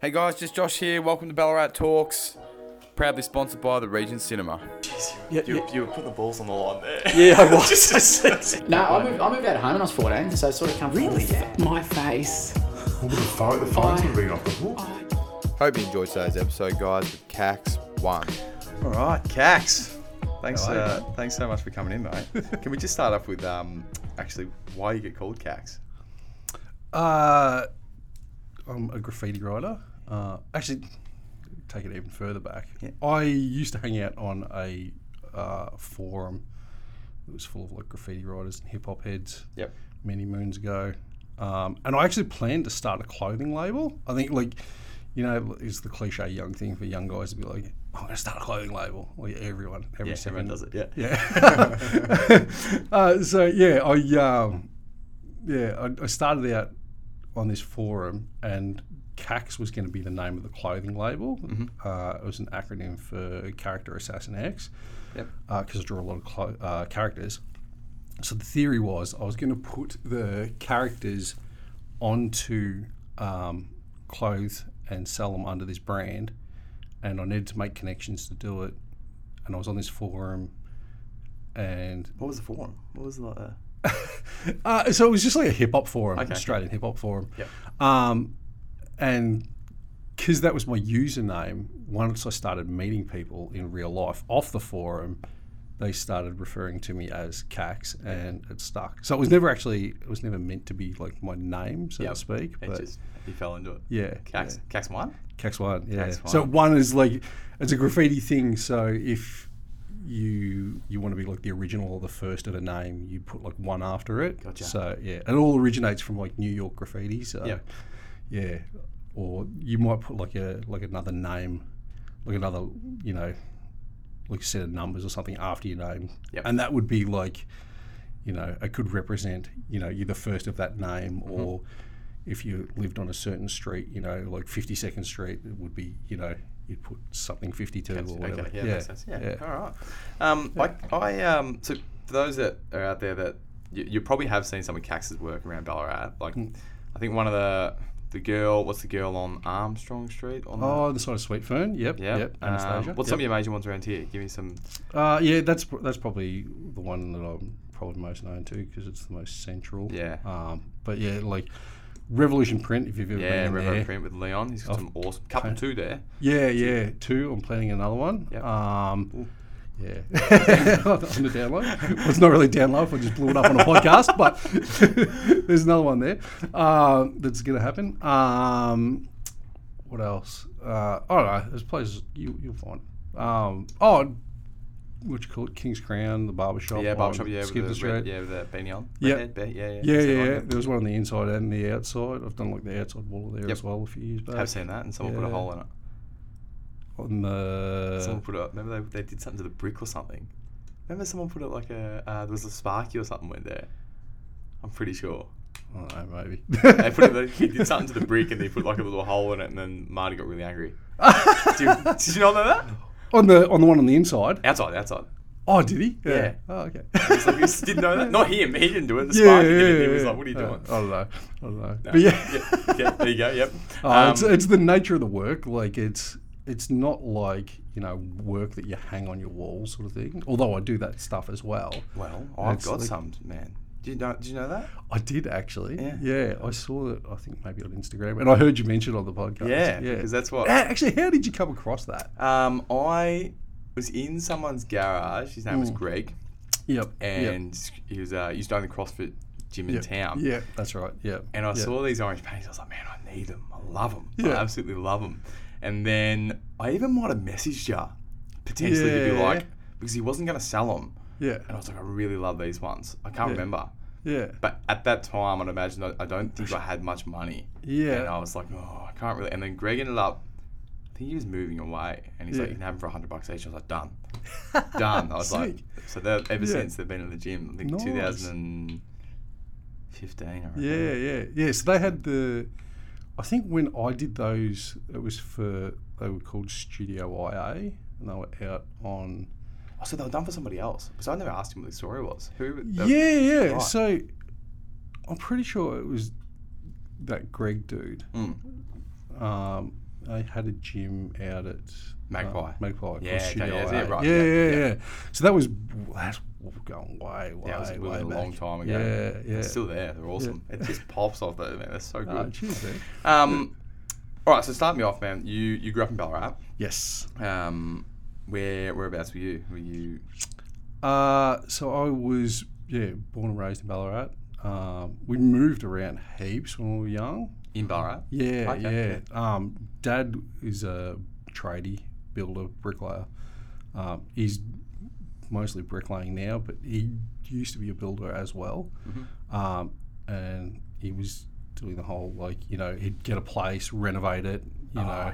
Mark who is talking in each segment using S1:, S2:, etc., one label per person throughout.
S1: Hey guys, just Josh here. Welcome to Ballarat Talks, proudly sponsored by the Regent Cinema.
S2: Yeah,
S3: You,
S2: yeah,
S3: you were putting the balls on the line there.
S2: yeah, I was.
S4: No, I moved, I moved out of home when I was 14, so I sort of come from
S2: Really?
S5: my face.
S6: Well, the phone, the phone's been ringing off the hook.
S1: Hope you enjoyed today's episode, guys. With Cax one.
S3: All right, Cax. Thanks, uh, thanks so much for coming in, mate. Can we just start off with um, actually why you get called Cax?
S7: Uh, I'm a graffiti writer. Uh, actually, take it even further back. I used to hang out on a uh, forum that was full of like graffiti writers and hip hop heads.
S3: Yep.
S7: Many moons ago, um, and I actually planned to start a clothing label. I think like. You know, it's the cliche young thing for young guys to be like, "I'm going to start a clothing label." Like everyone, every
S3: Yeah,
S7: second
S3: everyone does it. Yeah.
S7: yeah. uh, so yeah, I um, yeah, I, I started out on this forum, and CAX was going to be the name of the clothing label. Uh, it was an acronym for Character Assassin X,
S3: Yep.
S7: because I draw a lot of clo- uh, characters. So the theory was I was going to put the characters onto um, clothes and sell them under this brand, and I needed to make connections to do it. And I was on this forum, and
S3: What was the forum? What was the? Uh,
S7: uh, so it was just like a hip hop forum,
S3: Okay.
S7: Australian hip hop forum.
S3: Yep.
S7: Um, and because that was my username, once I started meeting people in real life off the forum, they started referring to me as Cax, and it stuck. So it was never actually, it was never meant to be like my name, so
S3: Yep.
S7: to speak.
S3: it
S7: But
S3: just you fell into it.
S7: yeah,
S3: Cax. Cax one.
S7: Cax one. Yeah.
S3: Cax
S7: So
S3: one.
S7: one is like it's a graffiti thing. So if you you want to be like the original or the first of a name, you put like one after it.
S3: Gotcha.
S7: So yeah, it all originates from like New York graffiti. So
S3: Yeah.
S7: yeah, or you might put like a like another name, like another you know, like a set of numbers or something after your name,
S3: Yep.
S7: and that would be like. You know, it could represent, you know, you're the first of that name,
S3: Mm-hmm.
S7: or if you lived on a certain street, you know, like 52nd Street, it would be, you know, you'd put something 52 or whatever.
S3: Okay, yeah, makes sense. Yeah. All right. Um, I, I um, so for those that are out there that you, you probably have seen some of Cax's work around Ballarat. Like, I think one of the the girl, what's the girl on Armstrong Street? On the-
S7: Oh, the side of Sweet Fern. Yep.
S3: yeah.
S7: Yep.
S3: Um,
S7: Anastasia.
S3: what's some of your major ones around here? Give me some.
S7: your- uh, yeah, that's pr- that's probably the one that I'm probably most known to because it's the most central.
S3: Yeah.
S7: Um, but yeah, like Revolution Print, if you've ever
S3: Yeah,
S7: been in
S3: Reverend
S7: there.
S3: Print with Leon. He's got some awesome couple two there.
S7: Yeah, yeah. Two. I'm planning another one.
S3: Yep.
S7: Um, yeah. on the download. Well, it's not really download. I just blew it up on a podcast, but there's another one there um, that's going to happen. Um, what else? Uh, I don't know. There's places you, you'll find. Um, oh, what you call it? King's Crown, the Oh, barbershop.
S3: Yeah,
S7: on
S3: barbershop. Yeah,
S7: Skipper
S3: with Oh, the
S7: Street.
S3: red, yeah, with the beanie on.
S7: Yeah.
S3: Redhead, be- yeah, yeah.
S7: Yeah,
S3: Is that
S7: yeah,
S3: like
S7: yeah.
S3: that?
S7: There was one on the inside and the outside. I've done like the outside wall there as well a few years back.
S3: I've seen that, and someone put a
S7: Yeah.
S3: hole in it.
S7: On the
S3: Someone put a remember they, they did something to the brick or something. Remember someone put it like a uh, there was a sparky or something went there. I'm pretty sure
S7: I don't know, Oh, maybe.
S3: they put it. They, he did something to the brick and they put like a little hole in it, and then Marty got really angry. did, you, did you not know that?
S7: on the on the one on the inside.
S3: Outside, outside.
S7: Oh, did he?
S3: Yeah.
S7: Oh, okay.
S3: It's like, you just didn't know that. Not him. He didn't do it. The sparky did it. He was like, "What are you
S7: Uh,
S3: doing?"
S7: I don't know. I don't know. But yeah,
S3: yeah, yeah, there you go. Yep.
S7: Uh, it's,
S3: Um,
S7: it's the nature of the work. Like it's it's not like you know work that you hang on your wall sort of thing. Although I do that stuff as well.
S3: well, I've
S7: it's
S3: got
S7: like-
S3: some man. Do you know? Do you know that?
S7: I did actually.
S3: Yeah.
S7: I saw it. I think maybe on Instagram, and I heard you mention it on the podcast.
S3: Yeah, because that's what-
S7: Ah, Actually, how did you come across that?
S3: Um, I was in someone's garage. His name was Greg.
S7: Yep.
S3: and he was uh, used to own the CrossFit gym in
S7: yep.
S3: town.
S7: Yeah, that's right. Yeah.
S3: And I
S7: yeah.
S3: saw these orange panties. I was like, man, I need them. I love them. I
S7: Yeah.
S3: absolutely love them. And then I even might have messaged you potentially to be
S7: Yeah.
S3: like, because he wasn't going to sell them.
S7: Yeah.
S3: And I was like, I really love these ones. I can't remember.
S7: Yeah.
S3: But at that time, I'd imagine I I don't think I had much money.
S7: Yeah.
S3: And I was like, oh, I can't really. And then Greg ended up, I think he was moving away. And he's like,
S7: Yeah.
S3: you can have them for 100 bucks each. I was like, done. done. I was like, so they're, ever since they've been in the gym, I think
S7: Nice.
S3: 2015, I reckon.
S7: Yeah, yeah, yeah. So they had the. I think when I did those, it was for they were called Studio IA, and they were out on.
S3: Oh, so they were done for somebody else. Because I never asked him what the story was. Who? that-
S7: Yeah, yeah.
S3: right.
S7: So
S3: Mm.
S7: I'm pretty sure it was that Greg dude. Um, I had a gym out at uh,
S3: Magpie.
S7: Magpie.
S3: Yeah,
S7: across
S3: okay, yeah,
S7: Shiggai.
S3: is it? Right,
S7: yeah,
S3: yeah,
S7: yeah, yeah. So that was that's going way, way,
S3: Yeah, it was
S7: way
S3: a
S7: back.
S3: long time ago.
S7: Yeah, yeah.
S3: They're still there. They're awesome. It just pops off though, man. They're so good.
S7: Ah, cheers, man.
S3: Um, all right, so start me off, man. You you grew up in Ballarat.
S7: Yes.
S3: Um, where whereabouts were you? Were you
S7: Uh, so I was yeah born and raised in Ballarat. Um, we moved around heaps when we were young.
S3: in Ballarat?
S7: Yeah,
S3: Okay.
S7: yeah. Um, Dad is a tradie builder, bricklayer. Um, he's mostly bricklaying now, but he used to be a builder as well. Um, and he was doing the whole like you know he'd get a place, renovate it, you know.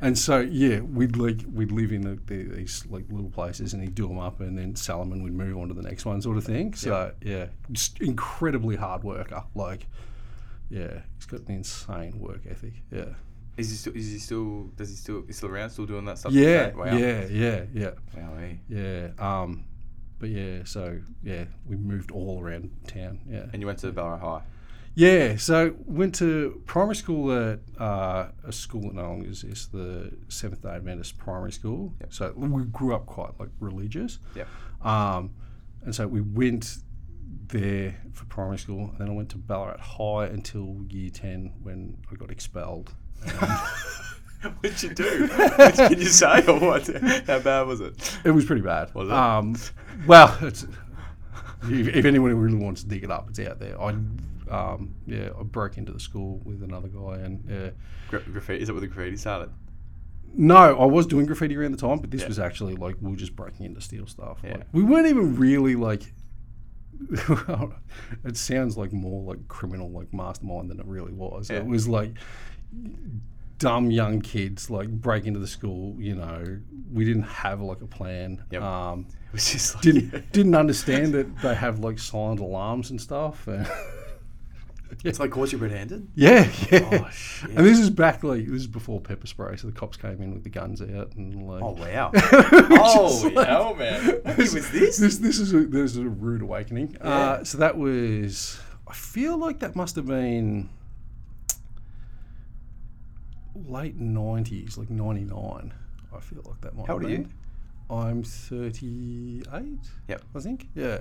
S7: And so Oh, yeah, we'd like we'd live in the, the, these like little places, and he'd do them up, and then Salomon would move on to the next one, sort of thing. So yeah, just incredibly hard worker. Like yeah, he's got an insane work ethic. Yeah,
S3: Is he still? Is he still? Does he still? Is still around? Still doing that stuff?
S7: yeah,
S3: Is that- wow.
S7: yeah, yeah, yeah,
S3: Wowee.
S7: yeah. Um, but yeah, so yeah, we moved all around town. Yeah,
S3: And you went to Ballarat High.
S7: yeah. So went to primary school at uh, a school that no longer exists, the Seventh Day Adventist Primary School. So we grew up quite like religious.
S3: Yep.
S7: Um, and so we went there for primary school, and then I went to Ballarat High until year ten when I got expelled.
S3: What'd you do? What Can you say or what? How bad was it?
S7: It was pretty bad.
S3: Was it?
S7: Um, well, it's, if, if anyone really wants to dig it up, it's out there. I, um, yeah, I broke into the school with another guy, and yeah.
S3: Gra- graffiti. Is that where the graffiti started?
S7: no, I was doing graffiti around the time, but this was actually like we were just breaking into steal stuff. Like, we weren't even really like. it sounds like more like criminal, like mastermind than it really was. It was like dumb young kids like break into the school. You know, we didn't have like a plan.
S3: Yep.
S7: Um,
S3: It was just like
S7: didn't didn't understand that they have like silent alarms and stuff. And
S3: it's like caught you red-handed.
S7: yeah, yeah.
S3: Oh shit.
S7: and this is back like this is before pepper spray, so the cops came in with the guns out and like.
S3: Oh wow. oh hell, man. What was this?
S7: This this is a, this is a rude awakening. Uh, so that was. I feel like that must have been late nineties, like ninety nine. I feel like that might.
S3: How old
S7: have
S3: are you?
S7: been. I'm thirty eight.
S3: Yep.
S7: I think. Yeah.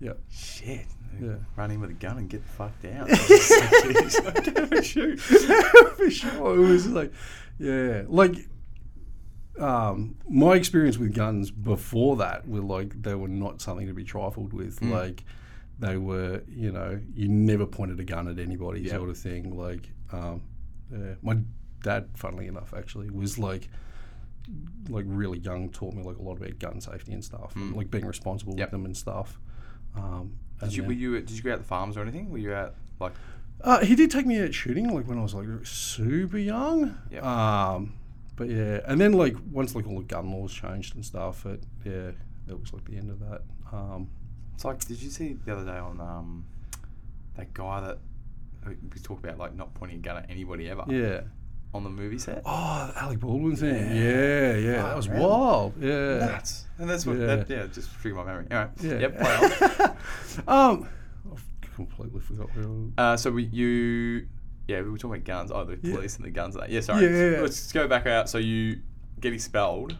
S7: Yeah.
S3: Shit.
S7: Yeah.
S3: Run in with a gun and get fucked out.
S7: shoot. For sure. It was like, yeah. Like, um, my experience with guns before that were like, they were not something to be trifled with.
S3: Hmm.
S7: Like, they were, you know, you never pointed a gun at anybody, sort of thing. Like, um, yeah. my dad, funnily enough, actually, was like, like really young, taught me like a lot about gun safety and stuff, like being responsible
S3: Yep.
S7: with them and stuff. Um, and
S3: Hmm. Did you,
S7: then-
S3: were you did you go out to the farms or anything? Were you out like
S7: Uh, he did take me out shooting, like when I was like super young.
S3: Yep.
S7: Um, but yeah, and then like once like all the gun laws changed and stuff, it yeah, that was like the end of that. Um,
S3: it's like did you see the other day on um that guy that we talk about like not pointing a gun at anybody ever
S7: yeah.
S3: on the movie set?
S7: Oh, the Alec Baldwin thing. Yeah, yeah, that was wild. Yeah.
S3: That's and that's what
S7: Yeah.
S3: that yeah just triggered my memory. All right.
S7: Yeah.
S3: Yep. Well.
S7: Um, I've completely forgot. Where I was.
S3: uh, so we, you yeah we were talking about guns. Oh, the police and the guns. And that. Yeah. Sorry.
S7: Yeah, yeah, yeah.
S3: Let's go back out. So you get expelled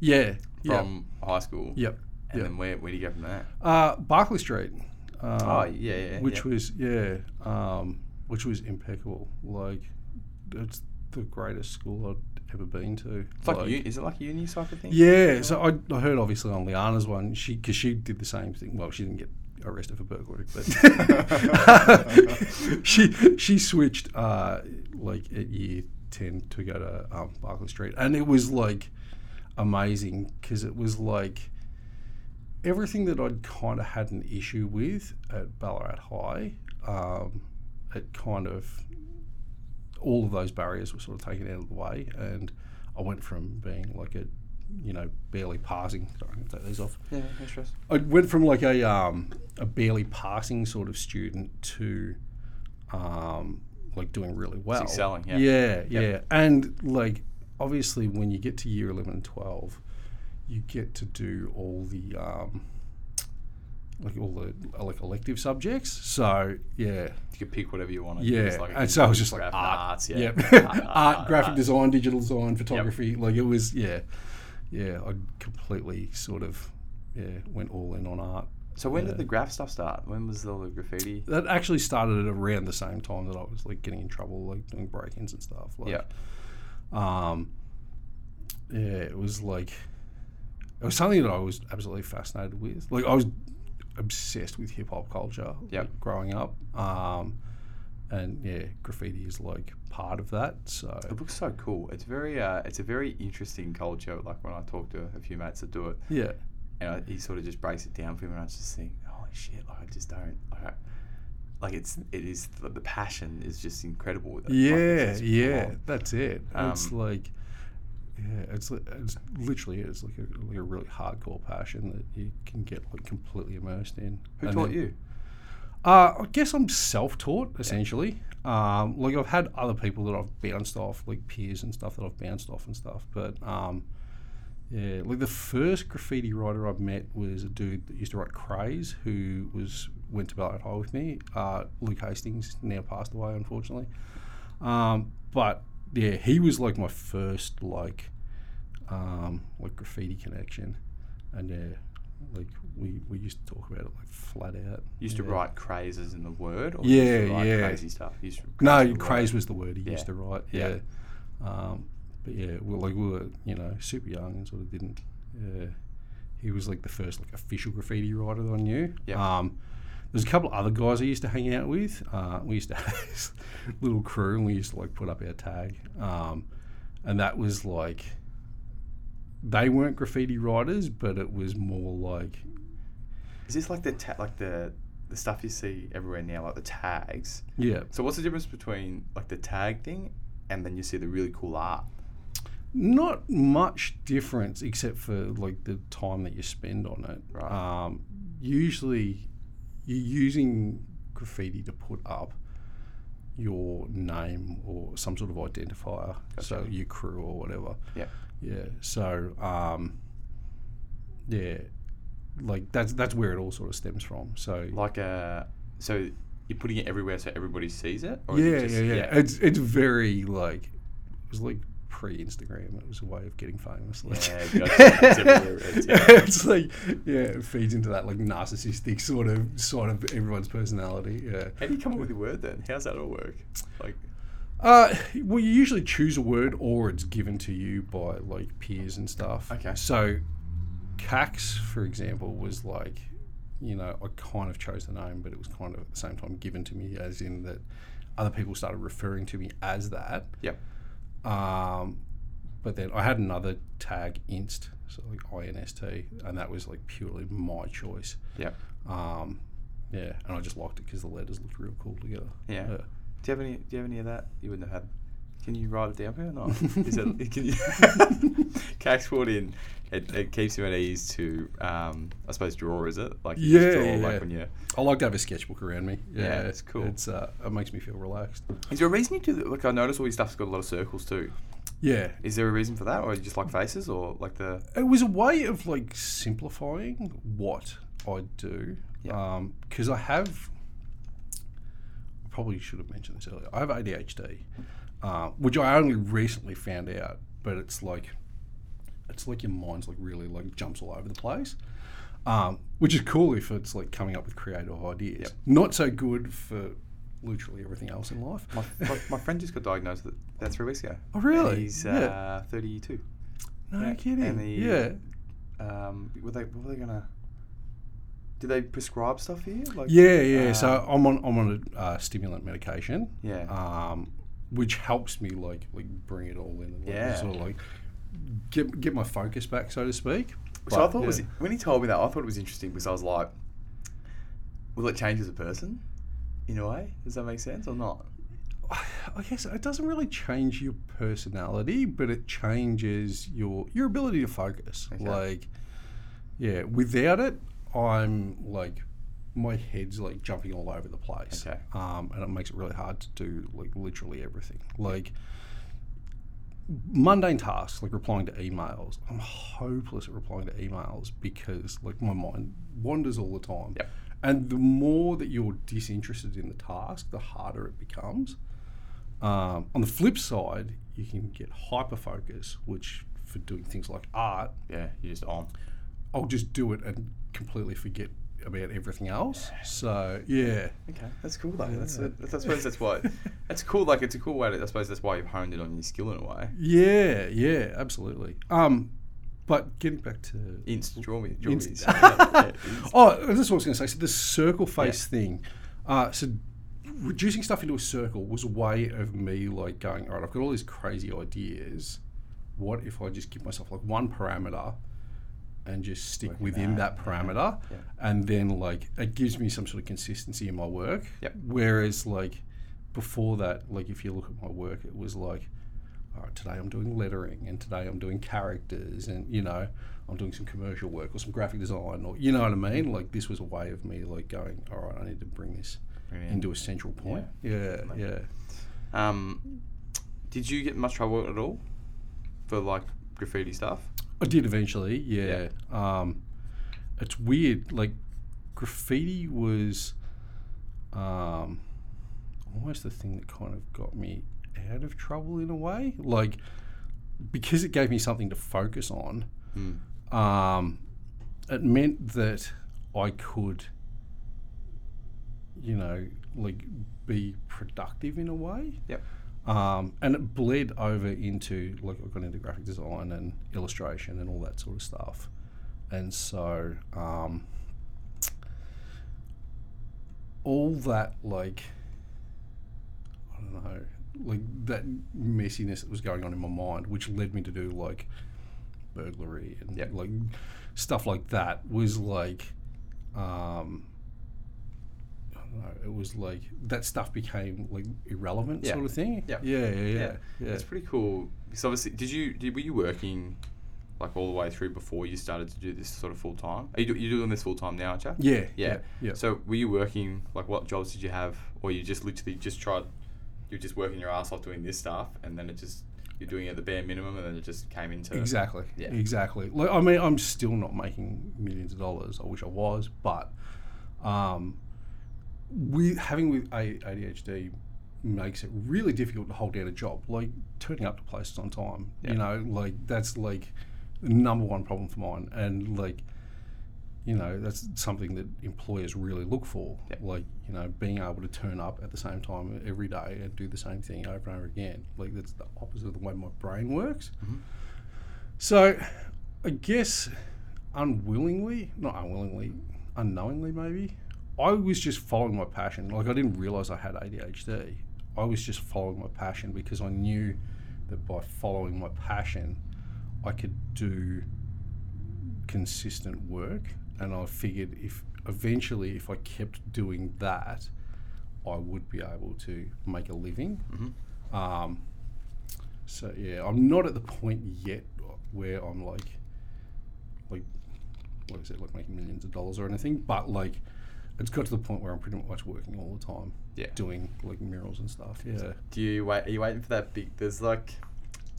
S7: Yeah.
S3: from high school.
S7: Yep. yep.
S3: And then where where do you go from there?
S7: Uh, Barclay Street. Um,
S3: Oh yeah yeah.
S7: which
S3: yeah.
S7: was yeah, um, which was impeccable. Like, it's the greatest school I'd ever been to.
S3: It's like, a uni, is it like a uni type of thing?
S7: yeah. So I, I heard obviously on Liana's one, she because she did the same thing. Well, she didn't get arrested for burglary, but she she switched uh, like at year ten to go to um, Barclay Street, and it was like amazing because it was like everything that I'd kind of had an issue with at Ballarat High, um, it kind of all of those barriers were sort of taken out of the way, and I went from being like a you know barely passing. Sorry, I'm gonna take these off.
S3: Yeah. No stress.
S7: I went from like a um, a barely passing sort of student to um, like doing really well.
S3: excelling, yeah.
S7: Yeah, yeah. And like obviously when you get to year 11 and 12, you get to do all the um, like all the like elective subjects. So yeah,
S3: You could pick whatever you wanted. It was
S7: yeah.
S3: like-
S7: and so I was just like "Ah,
S3: graphic
S7: art,
S3: arts, yeah. Uh,
S7: Yep.
S3: Art,
S7: art,
S3: art,
S7: graphic
S3: art.
S7: design, digital design, photography. Like it was yeah, yeah. I completely sort of yeah went all in on art.
S3: So when did the graph stuff start? When was all the graffiti?
S7: That actually started at around the same time that I was like getting in trouble, like doing break-ins and stuff. Like,
S3: Yeah.
S7: um, yeah, it was like it was something that I was absolutely fascinated with. Like I was obsessed with hip hop culture
S3: Yep.
S7: like, growing up, um, and yeah, graffiti is like part of that. So
S3: It looks so cool. It's very, uh, it's a very interesting culture. Like when I talk to a few mates that do it,
S7: yeah,
S3: and I, he sort of just breaks it down for me, and I just think, holy shit! Like I just don't, like, I, like it's, it is the, the passion is just incredible. With it. Like,
S7: yeah,
S3: it's just
S7: yeah,
S3: wild.
S7: that's it. it's
S3: Um,
S7: like. Yeah, it's li- it's literally it's like a, like a really hardcore passion that you can get like completely immersed in.
S3: Who
S7: And
S3: taught
S7: then-
S3: you?
S7: Uh, I guess I'm self-taught essentially. Um, like I've had other people that I've bounced off, like peers and stuff that I've bounced off and stuff. But um, yeah, like the first graffiti writer I met was a dude that used to write Craze, who was went to Ballarat High with me. Uh, Luke Hastings now passed away, unfortunately. Um, but yeah, he was like my first like um, like graffiti connection, and yeah, like we, we used to talk about it like flat out.
S3: Used to
S7: yeah.
S3: write crazes in the word, or you used to
S7: Yeah,
S3: write
S7: yeah.
S3: crazy stuff. You used to
S7: No,
S3: the
S7: craze was the word he
S3: Yeah.
S7: used to write. Yeah.
S3: Yeah.
S7: Um, but yeah, we like we were, you know, super young and sort of didn't. Yeah. He was like the first like official graffiti writer that I knew.
S3: Yeah.
S7: Um, there's a couple other guys I used to hang out with. Uh, we used to have this little crew and we used to like put up our tag. Um, and that was like, they weren't graffiti writers, but it was more like,
S3: Is this like the ta- like the the stuff you see everywhere now, like the tags?
S7: yeah.
S3: So what's the difference between like the tag thing, and then you see the really cool art?
S7: Not much difference except for like the time that you spend on it.
S3: Right.
S7: Um, usually, you're using graffiti to put up your name or some sort of identifier, so your crew or whatever.
S3: Yep.
S7: Yeah. So, um, yeah, like that's that's where it all sort of stems from. So
S3: Like a so you're putting it everywhere so everybody sees it. Or is
S7: yeah,
S3: it just-
S7: yeah, yeah, It's it's very like it was like pre Instagram. It was a way of getting famous. Like,
S3: Yeah, gotcha. It's everywhere, it's everywhere.
S7: it's like yeah, it feeds into that like narcissistic sort of sort of everyone's personality. Yeah.
S3: How do you come up with the word then? How's that all work? Like
S7: Uh, well, you usually choose a word, or it's given to you by like peers and stuff.
S3: Okay.
S7: So, Cax, for example, was like, you know, I kind of chose the name, but it was kind of at the same time given to me, as in that other people started referring to me as that.
S3: Yep.
S7: Um, but then I had another tag, Inst, so like INST, and that was like purely my choice.
S3: Yep.
S7: Um, yeah, and I just liked it because the letters looked real cool together.
S3: yeah.
S7: Yeah.
S3: Do you have any? Do you have any of that? You wouldn't have had. Can you write it down here or not? Is it? Can you? Cax brought in. It, it keeps him at ease to, um, I suppose, draw. Is it like you just
S7: Yeah,
S3: draw,
S7: yeah, yeah.
S3: like when you
S7: I like to have a sketchbook around me. Yeah,
S3: it's cool.
S7: It's uh, it makes me feel relaxed.
S3: Is there a reason you do that? Like, I notice all your stuff's got a lot of circles too.
S7: Yeah,
S3: Is there a reason for that, or you just like faces, or like the?
S7: it was a way of like simplifying what I do.
S3: Yeah.
S7: because I have I probably should have mentioned this earlier. I have ADHD, uh, which I only recently found out. But it's like it's like your mind's like really like jumps all over the place. Um, which is cool if it's like coming up with creative ideas. Not so good for literally everything else in life.
S3: My, my, my friend just got diagnosed with that three weeks ago.
S7: Oh, really?
S3: And he's
S7: Yeah.
S3: uh, thirty-two.
S7: no kidding.
S3: and the-
S7: yeah.
S3: Um, were they? What were they gonna? Did they prescribe stuff for you? Like,
S7: Yeah, yeah.
S3: uh,
S7: so I'm on I'm on a uh, stimulant medication,
S3: Yeah.
S7: um, which helps me like like bring it all in and like,
S3: Yeah.
S7: sort of like get get my focus back, so to speak.
S3: So I
S7: But,
S3: thought it was
S7: yeah.
S3: when he told me that I thought it was interesting because I was like, will it change as a person? In a way, does that make sense or not?
S7: I guess it doesn't really change your personality, but it changes your your ability to focus.
S3: Okay.
S7: Like, yeah, without it, I'm like my head's like jumping all over the place,
S3: Okay.
S7: um, and it makes it really hard to do like literally everything. Like, mundane tasks like replying to emails. I'm hopeless at replying to emails because like my mind wanders all the time.
S3: Yep.
S7: And the more that you're disinterested in the task, the harder it becomes. Um, on the flip side, you can get hyper focus, which for doing things like art,
S3: Yeah, you're just on.
S7: I'll just do it and completely forget about everything else. So yeah,
S3: Okay, that's cool though. That's, that's I suppose that's why. That's cool. Like it's a cool way. To, I suppose that's why you've honed it on your skill in a way.
S7: yeah, yeah, absolutely. Um, but getting back to
S3: Inst, draw me, draw
S7: Inst.
S3: me. Yeah, inst.
S7: Oh, this is what I was going to say. So the circle face thing. Uh, so reducing stuff into a circle was a way of me like going, all right, I've got all these crazy ideas. What if I just give myself like one parameter and just stick within that parameter, and then like it gives me some sort of consistency in my work.
S3: Yep.
S7: Whereas like before that, like if you look at my work, it was like all right, "Oh, today I'm doing lettering and today I'm doing characters and you know I'm doing some commercial work or some graphic design or you know what I mean like this was a way of me like going all right I need to bring this
S3: Brilliant.
S7: into a central point yeah yeah,
S3: Um, did you get much trouble at all for like graffiti stuff?
S7: I did eventually yeah, um it's weird like graffiti was um almost the thing that kind of got me out of trouble in a way like because it gave me something to focus on um, it meant that I could, you know, like be productive in a way.
S3: Yep.
S7: Um, and it bled over into like I got into graphic design and illustration and all that sort of stuff, and so um, all that like I don't know like that messiness that was going on in my mind, which led me to do like burglary and
S3: Yep.
S7: like stuff like that was like um I don't know, it was like that stuff became like irrelevant
S3: Yeah.
S7: sort of thing.
S3: Yep.
S7: Yeah, yeah, yeah. yeah.
S3: That's pretty cool. Because obviously, did you did, were you working like all the way through before you started to do this sort of full time? Are you do, you're doing this full time now, aren't you?
S7: yeah,
S3: Yeah.
S7: yeah, yeah.
S3: So were you working like what jobs did you have, or you just literally just tried? You were just working your ass off doing this stuff, and then it just you're doing it at the bare minimum, and then it just came into
S7: Exactly.
S3: Yeah.
S7: Exactly. Like, I mean, I'm still not making millions of dollars. I wish I was, but um, with having with A- ADHD makes it really difficult to hold down a job. Like turning up to places on time. You know, like that's like the number one problem for mine, and like. You know that's something that employers really look for, like you know being able to turn up at the same time every day and do the same thing over and over again. Like that's the opposite of the way my brain works. So, I guess unwillingly, not unwillingly, unknowingly maybe, I was just following my passion. Like I didn't realize I had ADHD. I was just following my passion because I knew that by following my passion, I could do consistent work. And I figured if eventually, if I kept doing that, I would be able to make a living. Um, so yeah, I'm not at the point yet where I'm like, like, what is it, like making millions of dollars or anything. But like, it's got to the point where I'm pretty much working all the time,
S3: Yeah.
S7: doing like murals and stuff. Yeah,
S3: Do you wait? Are you waiting for that big? There's like,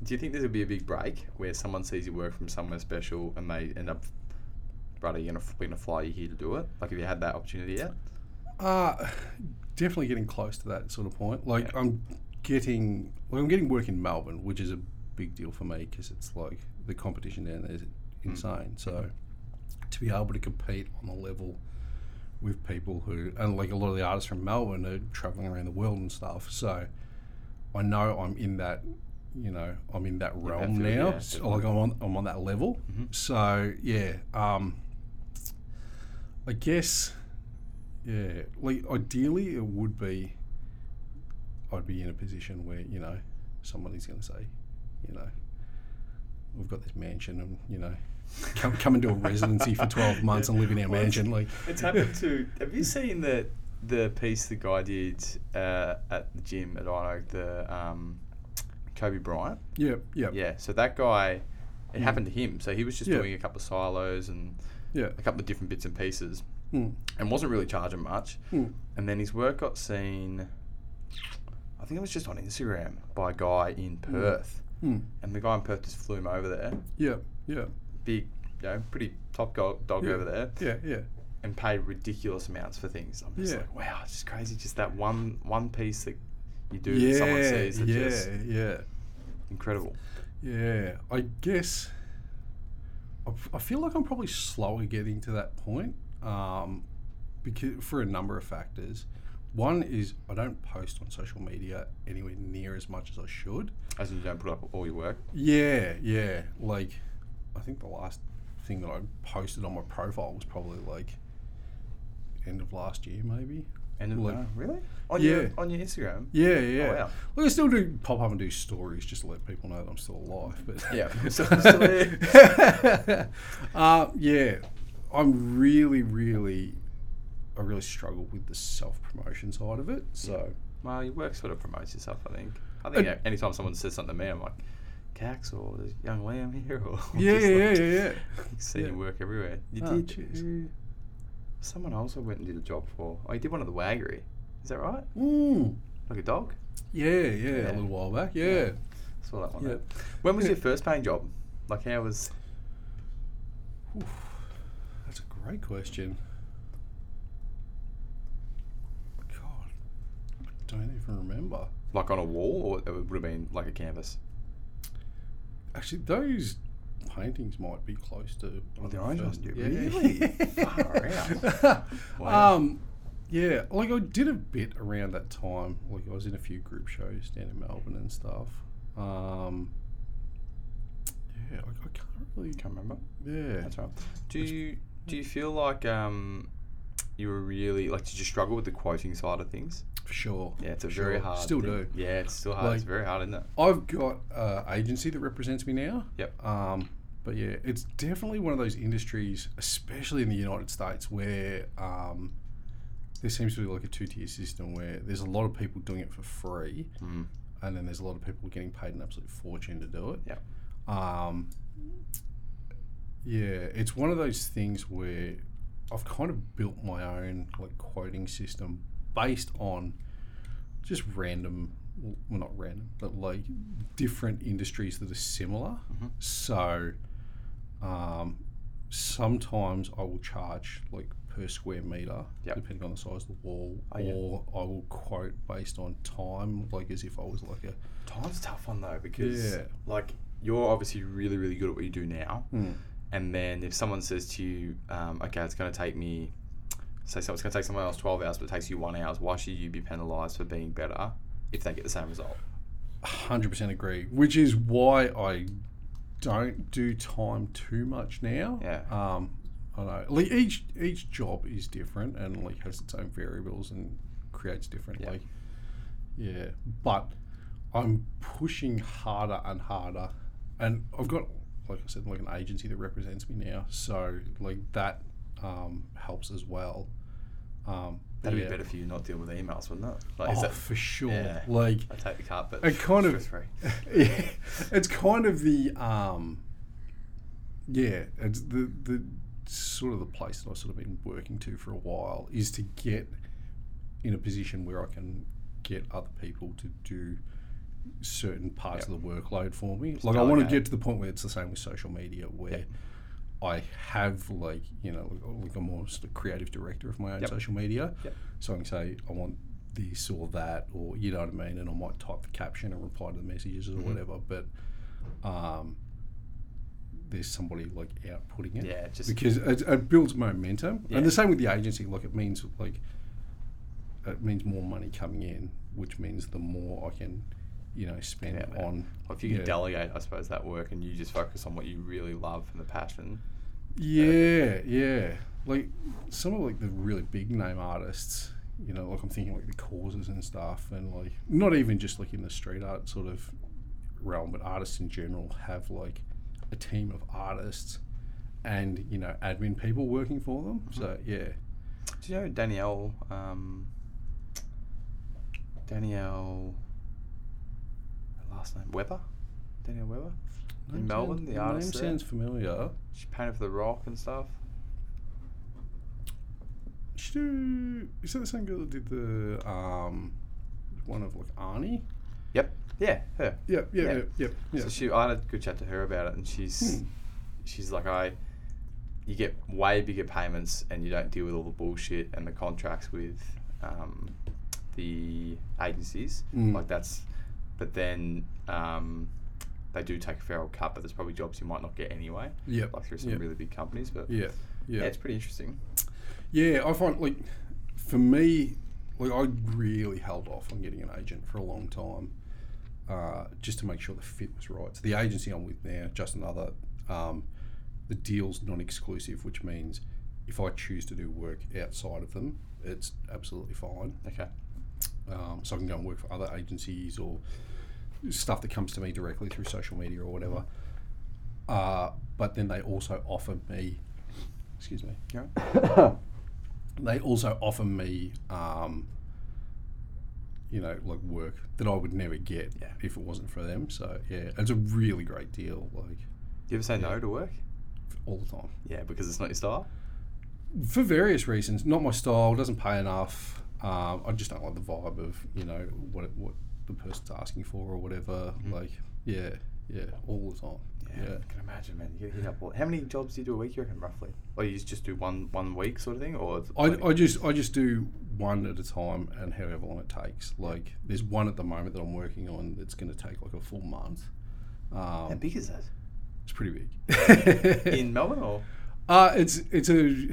S3: do you think there's gonna be a big break where someone sees your work from somewhere special and they end up, brother, you're gonna, f- we're gonna fly you here to do it? Like, have you had that opportunity yet?
S7: uh, definitely getting close to that sort of point. Like, I'm getting, well, I'm getting work in Melbourne, which is a big deal for me because it's like the competition down there is insane. So, to be able to compete on the level with people who and like a lot of the artists from Melbourne are traveling around the world and stuff. So I know I'm in that, you know, I'm in that realm
S3: field,
S7: now.
S3: yeah,
S7: So, like I'm on, I'm on that level. So yeah, um, I guess, yeah, like ideally it would be, I'd be in a position where you know somebody's going to say, you know, we've got this mansion and you know. Come, come and do a residency for 12 months and live in our mansion like
S3: It's happened to. Have you seen the the piece the guy did uh, at the gym at Iron Oak, the um, Kobe Bryant?
S7: Yep, yep.
S3: Yeah. So that guy, it happened to him. So he was just
S7: Yeah.
S3: doing a couple of silos and
S7: Yeah.
S3: a couple of different bits and pieces,
S7: Mm.
S3: and wasn't really charging much.
S7: Mm.
S3: And then his work
S7: Hmm.
S3: got seen. I think it was just on Instagram by a guy in Perth. and the guy in Perth just flew him over there.
S7: Yeah, yeah,
S3: Big, you know, pretty top go- dog
S7: Yeah.
S3: over there,
S7: yeah, yeah.
S3: and pay ridiculous amounts for things. I'm just
S7: Yeah.
S3: like, wow, it's just crazy. Just that one one piece that you do that
S7: Yeah,
S3: someone sees that's
S7: yeah,
S3: just
S7: yeah,
S3: incredible.
S7: yeah. I guess I, f- I feel like I'm probably slower getting to that point um, because for a number of factors. One is I don't post on social media anywhere near as much as I should.
S3: As in you don't put up all your work.
S7: Yeah, yeah. Like, I think the last thing that I posted on my profile was probably like end of last year, maybe.
S3: And it-
S7: Like-
S3: oh, really? On
S7: Yeah.
S3: your on your Instagram.
S7: Yeah, yeah.
S3: Oh, wow.
S7: Look, I still do pop up and do stories just to let people know that I'm still alive. But
S3: Yeah.
S7: uh, yeah, I'm really, really, I really struggle with the self promotion side of it. So
S3: Well, your work sort of promotes yourself, I think. I think yeah, anytime someone says something to me, I'm like, Cax or there's young Liam here or
S7: yeah,
S3: just
S7: yeah,
S3: like,
S7: yeah, yeah.
S3: See
S7: yeah.
S3: your work everywhere. You
S7: Oh,
S3: did Mm.
S7: cheers.
S3: you- someone else I went and did a job for. Oh, you did one at the Waggery. Is that right?
S7: Mm,
S3: Like a dog?
S7: yeah, yeah,
S3: Yeah. eh?
S7: A little while back. Yeah.
S3: Saw that one.
S7: Yeah.
S3: there. When was
S7: Yeah.
S3: your first paying job? Like how was
S7: That's a great question. God, I don't even remember.
S3: like on a wall or it would have been like a canvas?
S7: Actually, those paintings might be close to. one of
S3: they're
S7: the
S3: orange
S7: first-
S3: ones,
S7: yeah.
S3: really? Far out. Wow.
S7: um, yeah, like I did a bit around that time. Like I was in a few group shows down in Melbourne and stuff. Um, yeah, I, I can't really.
S3: Can't remember.
S7: Yeah.
S3: That's right. Do you do you feel like um you were really like did you struggle with the quoting side of things?
S7: For sure.
S3: Yeah, it's a
S7: for
S3: very
S7: sure.
S3: hard.
S7: Still
S3: thing.
S7: do.
S3: Yeah, it's still hard. it's
S7: Like-
S3: very hard, isn't it?
S7: I've got uh, agency that represents me now.
S3: Yep.
S7: Um, but yeah, it's definitely one of those industries, especially in the United States, where um, there seems to be like a two-tier system where there's a lot of people doing it for free,
S3: Mm.
S7: and then there's a lot of people getting paid an absolute fortune to do it.
S3: Yep.
S7: Um, yeah, it's one of those things where I've kind of built my own like quoting system based on just random, well, not random, but like different industries that are similar.
S3: Mhm.
S7: So, um, sometimes I will charge like per square meter,
S3: Yep.
S7: depending on the size of the wall,
S3: Oh, yeah.
S7: or I will quote based on time, like as if I was like a
S3: Time's a tough one though because
S7: Yeah.
S3: like you're obviously really really good at what you do now,
S7: Mm.
S3: and then if someone says to you, um, okay, it's going to take me. Say so it's going to take someone else twelve hours, but it takes you one hour. Why should you be penalised for being better if they get the same result?
S7: hundred percent agree. Which is why I don't do time too much now.
S3: Yeah.
S7: Um, I know. Like each each job is different and like has its own variables and creates different
S3: Yeah.
S7: like yeah. But I'm pushing harder and harder, and I've got like I said like an agency that represents me now, so like that um, helps as well. Um,
S3: That'd
S7: yeah.
S3: be better for you not deal with emails, wouldn't it? Like, is
S7: Oh,
S3: that,
S7: for sure.
S3: Yeah.
S7: Like
S3: I take the cut, but
S7: I kind
S3: for
S7: of-
S3: free.
S7: yeah, it's kind of the um, yeah, it's the the sort of the place that I've sort of been working to for a while is to get in a position where I can get other people to do certain parts of the workload for me. like I want to
S3: delegate.
S7: get to the point where it's the same with social media where. I have like you know like, like I'm almost a creative director of my own
S3: Yep.
S7: social media,
S3: Yep.
S7: so I can say I want this or that or you know what I mean, and I might type the caption and reply to the messages or
S3: Mm-hmm.
S7: whatever. But um, there's somebody like outputting it
S3: Yeah, just
S7: because it, it builds momentum,
S3: Yeah.
S7: and the same with the agency. Like it means like it means more money coming in, which means the more I can you know spend
S3: Yeah, man.
S7: on
S3: Well, if you can
S7: Yeah.
S3: delegate, I suppose that work, and you just focus on what you really love and the passion. Uh,
S7: Yeah, yeah. Like some of like the really big name artists, you know, like I'm thinking like the causes and stuff, and like not even just like in the street art sort of realm, but artists in general have like a team of artists and you know admin people working for them.
S3: Mm-hmm.
S7: So yeah,
S3: Do you know Danielle? Um, Danielle, her last name Weber. Danielle Weber. In
S7: Name
S3: Melbourne,
S7: sounds-
S3: the artist
S7: name
S3: there?
S7: sounds familiar.
S3: She painted for the Rock and stuff.
S7: She do, is that the same girl that did the um one of like Arnie?
S3: Yep. Yeah. Her.
S7: Yep, yep,
S3: Yeah.
S7: yep, yep. yep.
S3: So she, I had a good chat to her about it, and
S7: Hmm.
S3: she's, she's like, I, you get way bigger payments, and you don't deal with all the bullshit and the contracts with, um, the agencies.
S7: Mm.
S3: Like that's, but then, um, they do take a fair old cut, but there's probably jobs you might not get anyway.
S7: Yep,
S3: Like through some
S7: yep.
S3: really big companies, but
S7: yeah,
S3: yeah,
S7: yeah.
S3: it's pretty interesting.
S7: Yeah, I find like for me, like I really held off on getting an agent for a long time, uh, just to make sure the fit was right. So the agency I'm with now, just another, um, the deal's non-exclusive, which means if I choose to do work outside of them, it's absolutely fine.
S3: Okay.
S7: Um, so I can go and work for other agencies or stuff that comes to me directly through social media or whatever. Uh, but then they also offer me, excuse me,
S3: Yeah.
S7: they also offer me, um, you know, like work that I would never get
S3: Yeah.
S7: if it wasn't for them. So yeah, it's a really great deal, like
S3: You ever say no to work?
S7: all the time
S3: Yeah, because it's not your style.
S7: for various reasons. Not my style, doesn't pay enough. Um, I just don't like the vibe of you know what it, what the person's asking for or whatever. Like yeah, yeah, all the time. Yeah.
S3: I can imagine, man. You get hit up. All, how many jobs do you do a week, you reckon, roughly? Or you just do one one week sort of thing, or it's like-
S7: I, I just I just do one at a time and however long it takes. Like there's one at the moment that I'm working on that's going to take like a full month.
S3: how big is that?
S7: It's pretty big.
S3: In Melbourne, or
S7: Uh, it's it's a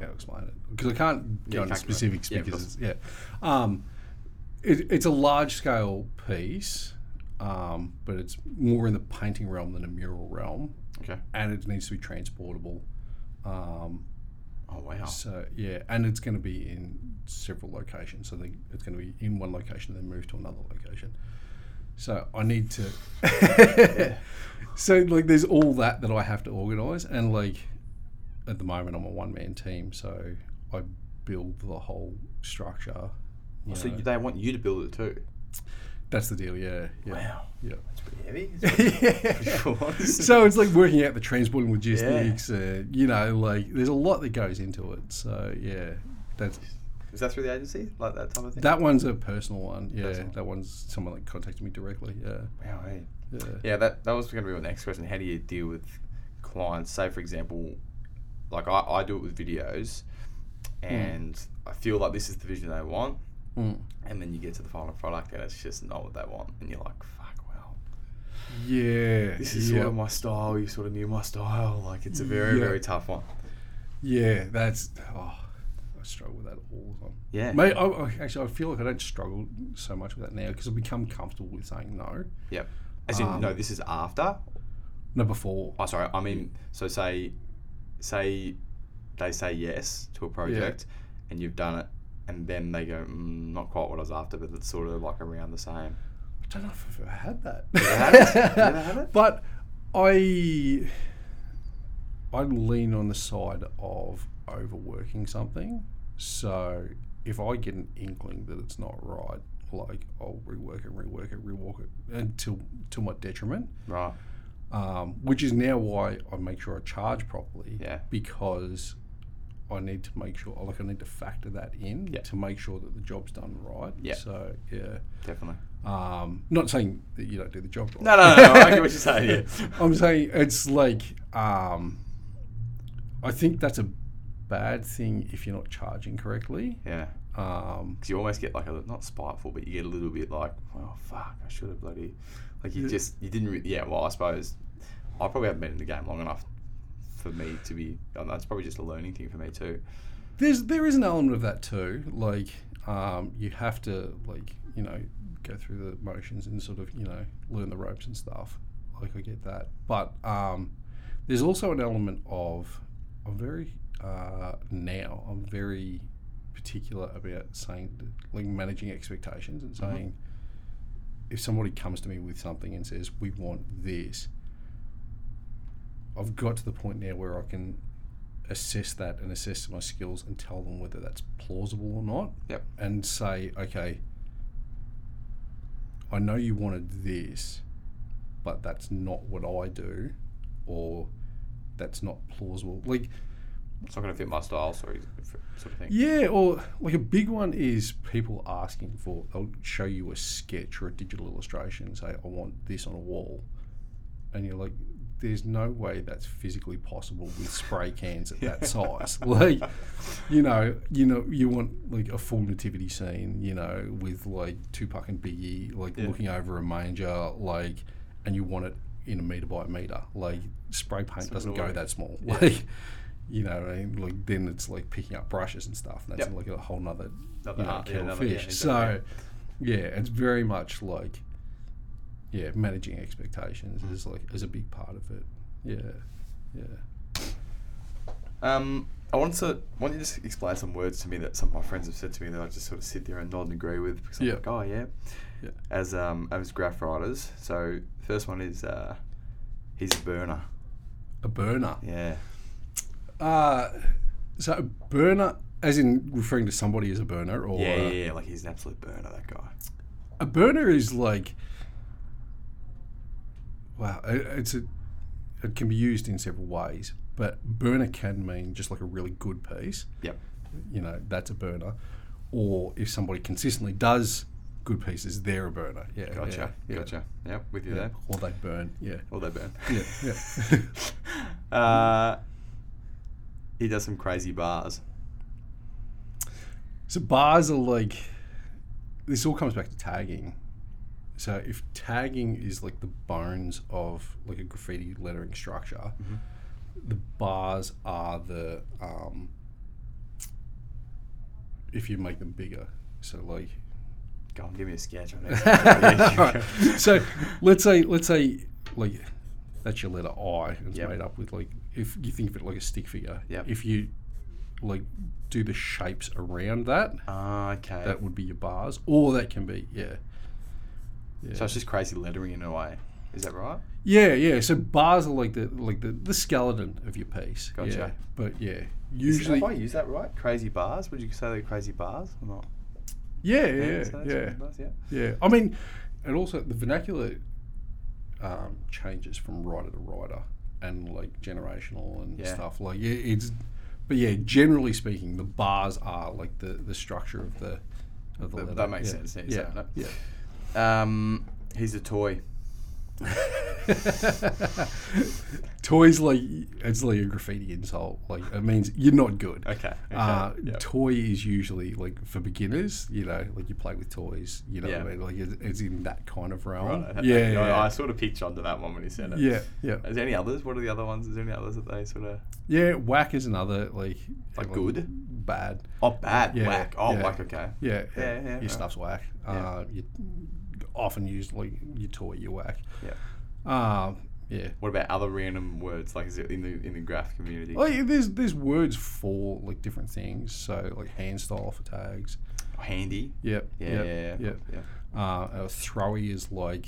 S7: how to explain it because I can't go
S3: you
S7: into
S3: can't go-
S7: specifics
S3: yeah, of
S7: because it's, yeah, um, it, it's a large scale piece, um, but it's more in the painting realm than a mural realm,
S3: okay.
S7: and it needs to be transportable. Um,
S3: Oh wow.
S7: so yeah, and it's going to be in several locations. So they, it's going to be in one location and then move to another location. So I need to. So like, there's all that that I have to organise, and like, at the moment I'm a one man team, so I build the whole structure. you
S3: Oh, So
S7: know.
S3: you, they want you to build it too.
S7: that's the deal. Yeah. Yeah.
S3: Wow.
S7: Yeah.
S3: It's pretty heavy.
S7: yeah. so it's like working out the transport and logistics. Uh, you know, like there's a lot that goes into it. So yeah, that's
S3: is that through the agency, like that type of thing?
S7: That one's a personal one. Yeah,
S3: Personal.
S7: that one's someone that contacted me directly. Yeah,
S3: wow, hey.
S7: yeah.
S3: Yeah, that that was going to be my next question. How do you deal with clients? Say, for example, like I, I do it with videos, and I feel like this is the vision they want,
S7: Mm.
S3: and then you get to the final product and it's just not what they want, and you're like, fuck, well,
S7: yeah.
S3: this is
S7: yeah.
S3: sort of my style. You sort of knew my style. Like it's a very
S7: Yeah.
S3: very tough one.
S7: yeah, that's. Oh, I struggle with that all the time.
S3: Yeah.
S7: Mate, I, I, actually, I feel like I don't struggle so much with that now because I've become comfortable with saying no.
S3: Yep. As in, no, this is after.
S7: No, before.
S3: Oh, sorry. I mean, so say, say, they say yes to a project, and you've done it, and then they go, mm, not quite what I was after, but it's sort of like around the same.
S7: I don't know if I've ever had that.
S3: had it? You ever had it?
S7: But I, I lean on the side of overworking something. So if I get an inkling that it's not right, like I'll rework it, rework it, rework it until to my detriment.
S3: Right.
S7: Um, which is now why I make sure I charge properly.
S3: Yeah.
S7: Because I need to make sure, like, I need to factor that in
S3: Yeah.
S7: to make sure that the job's done right.
S3: Yeah.
S7: So yeah.
S3: Definitely.
S7: Um, not saying that you don't do the job right.
S3: No, no, no. I get what you're saying. Yeah.
S7: I'm saying it's like um, I think that's a bad thing if you're not charging correctly.
S3: Yeah.
S7: Um,
S3: Because you almost get like a not spiteful, but you get a little bit like, well, fuck, I should have bloody, like you just you didn't. Re- yeah. Well, I suppose I probably haven't been in the game long enough for me to be. I don't know, it's probably just a learning thing for me too.
S7: there's there is an element of that too. Like um, you have to like you know go through the motions and sort of you know learn the ropes and stuff. Like I get that, but um, there's also an element of I'm very uh, now I'm very particular about saying like managing expectations and saying if somebody comes to me with something and says we want this. I've got to the point now where I can assess that and assess my skills and tell them whether that's plausible or not.
S3: Yep.
S7: And say, okay, I know you wanted this, but that's not what I do, or that's not plausible. Like,
S3: It's not going to fit my style, sorry, sort of thing.
S7: Yeah, or like a big one is people asking for. They'll show you a sketch or a digital illustration and say, "I want this on a wall," and you're like, "There's no way that's physically possible with spray cans at that size." Like, you know, you know, you want like a full nativity scene, you know, with like Tupac and Biggie like looking over a manger, like, and you want it in a meter by a meter. Like, spray paint doesn't go
S3: way.
S7: that small. Like you know, what I mean? like then it's like picking up brushes and stuff. And that's
S3: Yep.
S7: like a whole nother,
S3: Another
S7: you know,
S3: art, yeah,
S7: kettle of
S3: another- yeah,
S7: fish. so,
S3: exactly.
S7: yeah, it's very much like, yeah, managing expectations is like is a big part of it. Yeah, yeah.
S3: Um, I wanted to want you to just explain some words to me that some of my friends have said to me that I just sort of sit there and nod and agree with because I'm
S7: Yeah.
S3: like, oh yeah,
S7: Yeah.
S3: As um as graph writers, so first one is uh, he's a burner.
S7: A burner.
S3: Yeah.
S7: Uh, so a burner, as in referring to somebody as a burner, or
S3: Yeah, yeah, yeah, like he's an absolute burner. That guy.
S7: a burner is like wow it, it's a it can be used in several ways but burner can mean just like a really good piece
S3: Yep.
S7: you know that's a burner or if somebody consistently does good pieces they're a burner yeah
S3: Gotcha.
S7: yeah, yeah.
S3: Gotcha. Yep. With you there.
S7: or they burn yeah
S3: Or they burn.
S7: yeah yeah
S3: Uh, he does some crazy bars.
S7: So bars are like this all comes back to tagging. So if tagging is like the bones of like a graffiti lettering structure, the bars are the um, if you make them bigger. So like
S3: Go on, give me a sketch. I'm next.
S7: so let's say let's say like that's your letter I. and It's
S3: Yep.
S7: made up with like if you think of it like a stick figure.
S3: Yep.
S7: If you like do the shapes around that,
S3: Ah, okay.
S7: that would be your bars, or that can be yeah,
S3: So it's just crazy lettering in a way. Is that right?
S7: yeah, yeah. So bars are like the like the, the skeleton of your piece.
S3: Gotcha.
S7: Yeah. But yeah,
S3: Usually,
S7: usually
S3: if I use that right, crazy bars. Would you say they're crazy bars or not?
S7: yeah, yeah,
S3: Is that
S7: yeah,
S3: crazy bars? yeah.
S7: yeah. I mean, and also the vernacular um, changes from writer to writer and like generational and
S3: Yeah.
S7: stuff. Like it, it's, but yeah, generally speaking, the bars are like the the structure of the of the
S3: That-
S7: letter.
S3: that
S7: yeah.
S3: makes sense, yeah,
S7: Yeah,
S3: exactly.
S7: yeah.
S3: Um, he's a toy.
S7: Toys like it's like a graffiti insult. Like it means you're not good.
S3: Okay, okay,
S7: Uh,
S3: yep.
S7: Toy is usually like for beginners. You know, like you play with toys. You know,
S3: Yeah.
S7: what I mean? like it's, it's in that kind of realm.
S3: Right.
S7: Yeah,
S3: I, I
S7: yeah,
S3: sort of picked onto that one when he said it.
S7: yeah, yeah,
S3: Is there any others? What are the other ones? Is there any others that they sort of
S7: yeah. Whack is another like
S3: like good?
S7: bad.
S3: Oh, bad.
S7: Yeah,
S3: Whack. Oh,
S7: yeah.
S3: whack. Okay.
S7: Yeah,
S3: Yeah, yeah,
S7: Your
S3: right.
S7: stuff's whack. Uh, you often use like your toy, your whack.
S3: Yeah.
S7: Um, yeah.
S3: What about other random words? Like is it in the in the graph community?
S7: Like there's there's words for like different things. So like hand style for tags.
S3: Handy.
S7: Yep.
S3: Yeah.
S7: yep,
S3: yeah. Yeah.
S7: Yep. Uh, a throwy is like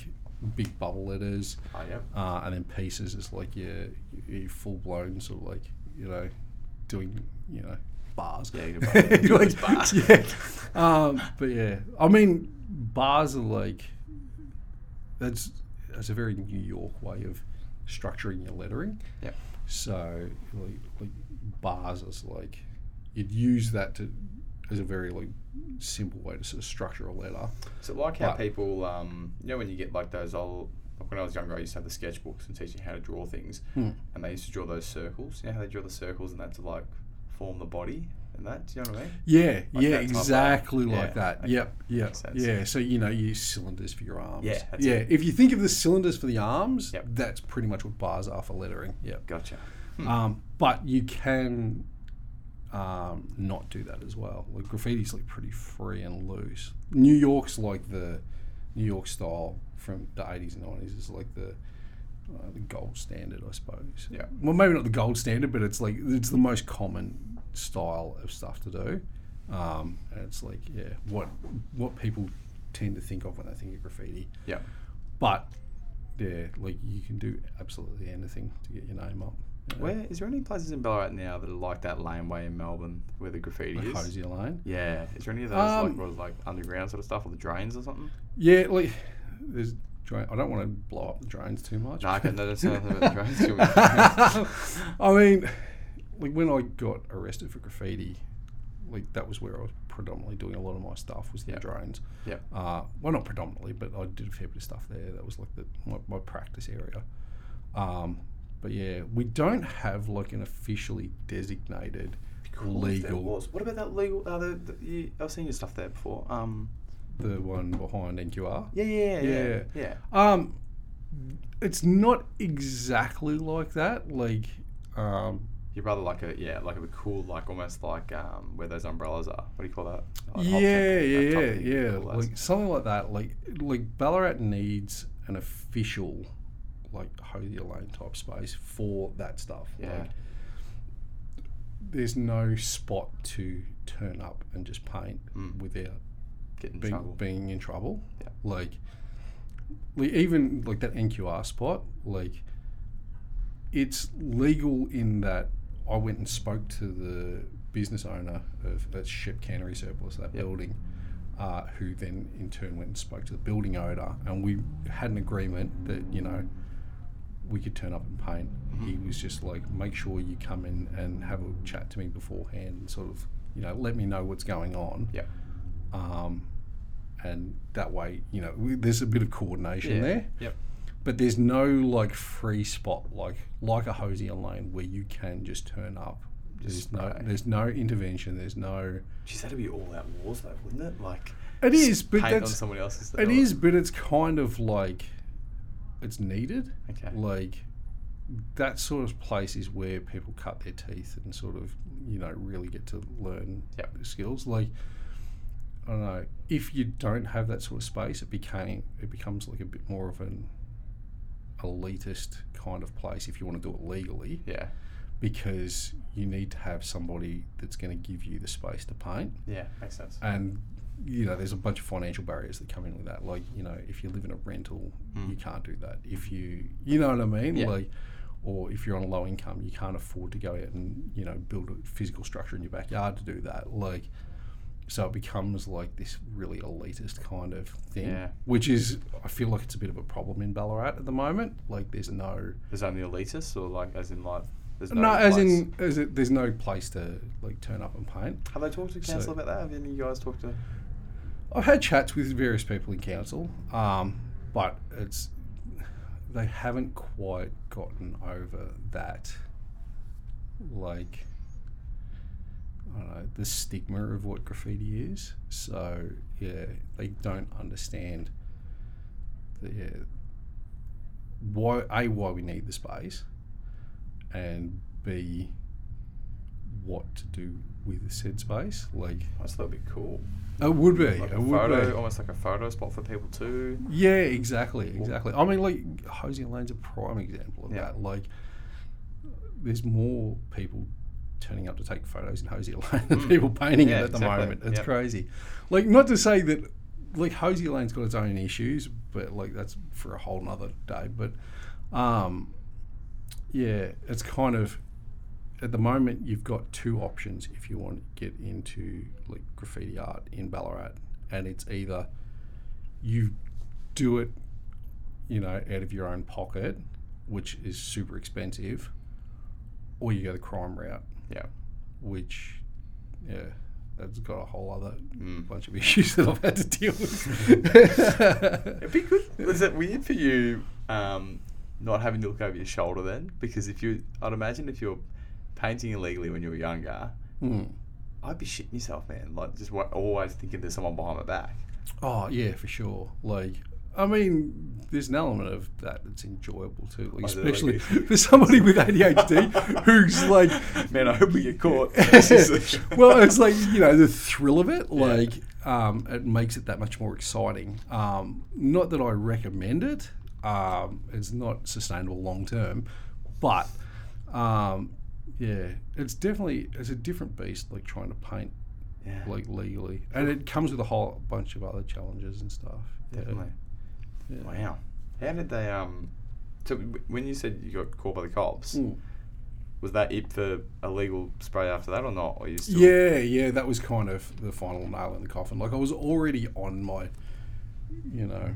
S7: big bubble letters,
S3: Oh, yeah.
S7: uh, and then pieces is like your, your full blown sort of like you know doing you know bars.
S3: Yeah, you can buy-
S7: Like,
S3: it's bars.
S7: yeah. Um, but yeah, I mean bars are like that's that's a very New York way of structuring your lettering.
S3: Yep.
S7: So like, like bars is like you'd use that to as a very like simple way to sort of structure a letter.
S3: So like how
S7: Like-
S3: people, um, you know, when you get like those old, like when I was younger, I used to have the sketchbooks and teach you how to draw things, and they used to draw those circles. You know how they draw the circles and that to like form the body and that. Do you know what I mean?
S7: Yeah,
S3: Like
S7: yeah,
S3: that type of-
S7: exactly
S3: yeah,
S7: like that.
S3: okay.
S7: Yep, yep,
S3: Makes sense.
S7: yeah. So you know, you use cylinders for your arms.
S3: Yeah, that's
S7: yeah.
S3: it.
S7: If you think of the cylinders for the arms,
S3: Yep.
S7: that's pretty much what bars are for lettering. Yep.
S3: Gotcha.
S7: Um, but you can um, not do that as well. Like graffiti's like pretty free and loose. New York's like the New York style from the eighties and nineties is like the uh, the gold standard, I suppose.
S3: Yeah.
S7: Well, maybe not the gold standard, but it's like it's the most common style of stuff to do. Um, and it's like yeah, what what people tend to think of when they think of graffiti.
S3: Yeah.
S7: But yeah, like you can do absolutely anything to get your name up. you know.
S3: Where is there any places in Ballarat now that are like that laneway in Melbourne where the graffiti is?
S7: Hosey Lane.
S3: Yeah. Is there any of those
S7: Um,
S3: like was like underground sort of stuff or the drains or something?
S7: Yeah, like there's. Drain, I don't want to blow up the drains too much.
S3: No, I can't notice anything about the drains.
S7: I mean, like when I got arrested for graffiti, like that was where I was predominantly doing a lot of my stuff was the drones.
S3: Yep.
S7: Uh, well, not predominantly, but I did a fair bit of stuff there. That was like the, my, my practice area. Um, but yeah, we don't have like an officially designated
S3: There
S7: legal
S3: was. What about that legal? Uh, the, the, you, I've seen your stuff there before. Um,
S7: the one behind NQR.
S3: yeah, yeah, yeah, yeah.
S7: Yeah. Um, it's not exactly like that. Like, um,
S3: You're rather like a yeah, like a cool, like almost like um, where those umbrellas are. What do you call that? Like hot
S7: yeah,
S3: pink, that
S7: yeah,
S3: type
S7: yeah,
S3: of thing.
S7: yeah,
S3: Cool, that's-
S7: like something like that. Like, like Ballarat needs an official, like Hosier Lane type space for that stuff.
S3: Yeah.
S7: Like, there's no spot to turn up and just paint
S3: Mm.
S7: without
S3: Get in
S7: being,
S3: trouble.
S7: being in trouble.
S3: Yeah.
S7: Like, like even like that NQR spot, like it's legal in that I went and spoke to the business owner of that ship cannery surplus, that building, uh, who then in turn went and spoke to the building owner, and we had an agreement that you know we could turn up and paint.
S3: Mm-hmm.
S7: He was just like, make sure you come in and have a chat to me beforehand, and sort of you know let me know what's going on
S3: yeah,
S7: um, and that way, you know, we, there's a bit of coordination
S3: yeah.
S7: there.
S3: Yep.
S7: But there's no like free spot like like a hosey online where you can just turn up.
S3: Just
S7: there's
S3: spray.
S7: no there's no intervention. There's no.
S3: Geez, that'd be all out wars though, wouldn't it? Like
S7: It is, but
S3: paint on
S7: that's
S3: someone else's.
S7: it
S3: or-
S7: is, but it's kind of like it's needed.
S3: Okay.
S7: Like that sort of place is where people cut their teeth and sort of you know really get to learn
S3: Yep.
S7: the skills. Like I don't know if you don't have that sort of space, it became it becomes like a bit more of an elitist kind of place if you want to do it legally
S3: Yeah,
S7: because you need to have somebody that's going to give you the space to paint
S3: yeah, makes sense.
S7: and you know there's a bunch of financial barriers that come in with that like you know if you live in a rental you can't do that if you you know what i mean
S3: Hmm. Yeah.
S7: like or if you're on a low income you can't afford to go out and you know build a physical structure in your backyard to do that like so it becomes like this really elitist kind of thing
S3: Yeah.
S7: which is i feel like it's a bit of a problem in ballarat at the moment like there's no
S3: There's only elitists, or like as in like there's no.
S7: no, as
S3: place?
S7: in as it, there's no place to like turn up and paint
S3: Have I talked to council about that? Have any of you guys talked to?
S7: I've had chats with various people in council, um, but it's they haven't quite gotten over that, like I don't know, the stigma of what graffiti is. So yeah, they don't understand the yeah, why a why we need the space, and b what to do with said space. Like
S3: I just thought it'd be cool.
S7: it would be,
S3: Like
S7: it
S3: a
S7: would
S3: photo,
S7: be.
S3: almost like a photo spot for people too.
S7: Yeah, exactly, exactly. I mean, like Hosey and Lane's a prime example of
S3: Yeah.
S7: that. Like, there's more people turning up to take photos in Hosey Lane than people painting
S3: Hmm. Yeah,
S7: it at the
S3: exactly.
S7: moment. It's
S3: Yep.
S7: crazy. Like, not to say that like Hosey Lane's got its own issues, but like that's for a whole nother day. But um, yeah, it's kind of at the moment you've got two options if you want to get into like graffiti art in Ballarat, and it's either you do it, you know, out of your own pocket, which is super expensive, or you go the crime route,
S3: Yeah,
S7: which yeah. That's got a whole other
S3: Hmm.
S7: bunch of issues that I've had to deal with.
S3: it'd be good. Is it weird for you um, not having to look over your shoulder then? Because if you, I'd imagine if you're painting illegally when you were younger,
S7: Mm.
S3: I'd be shitting yourself, man. Like just wa- always thinking there's someone behind my back.
S7: Oh yeah, for sure. Like, I mean, there's an element of that that's enjoyable too, like,
S3: I do like
S7: especially
S3: it.
S7: for somebody with ADHD who's like,
S3: Man, I hope we get caught.
S7: well, it's like you know the thrill of it. Like, um, it makes it that much more exciting. Um, not that I recommend it. Um, it's not sustainable long term, but um, yeah, it's definitely it's a different beast. Like trying to paint
S3: yeah,
S7: like legally, and it comes with a whole bunch of other challenges and stuff. Yeah.
S3: definitely. Wow, how did they? Um, so w- when you said you got caught by the cops,
S7: Mm.
S3: was that it for illegal spray after that or not? Or you still?
S7: Yeah, yeah, that was kind of the final nail in the coffin. Like I was already on my, you know,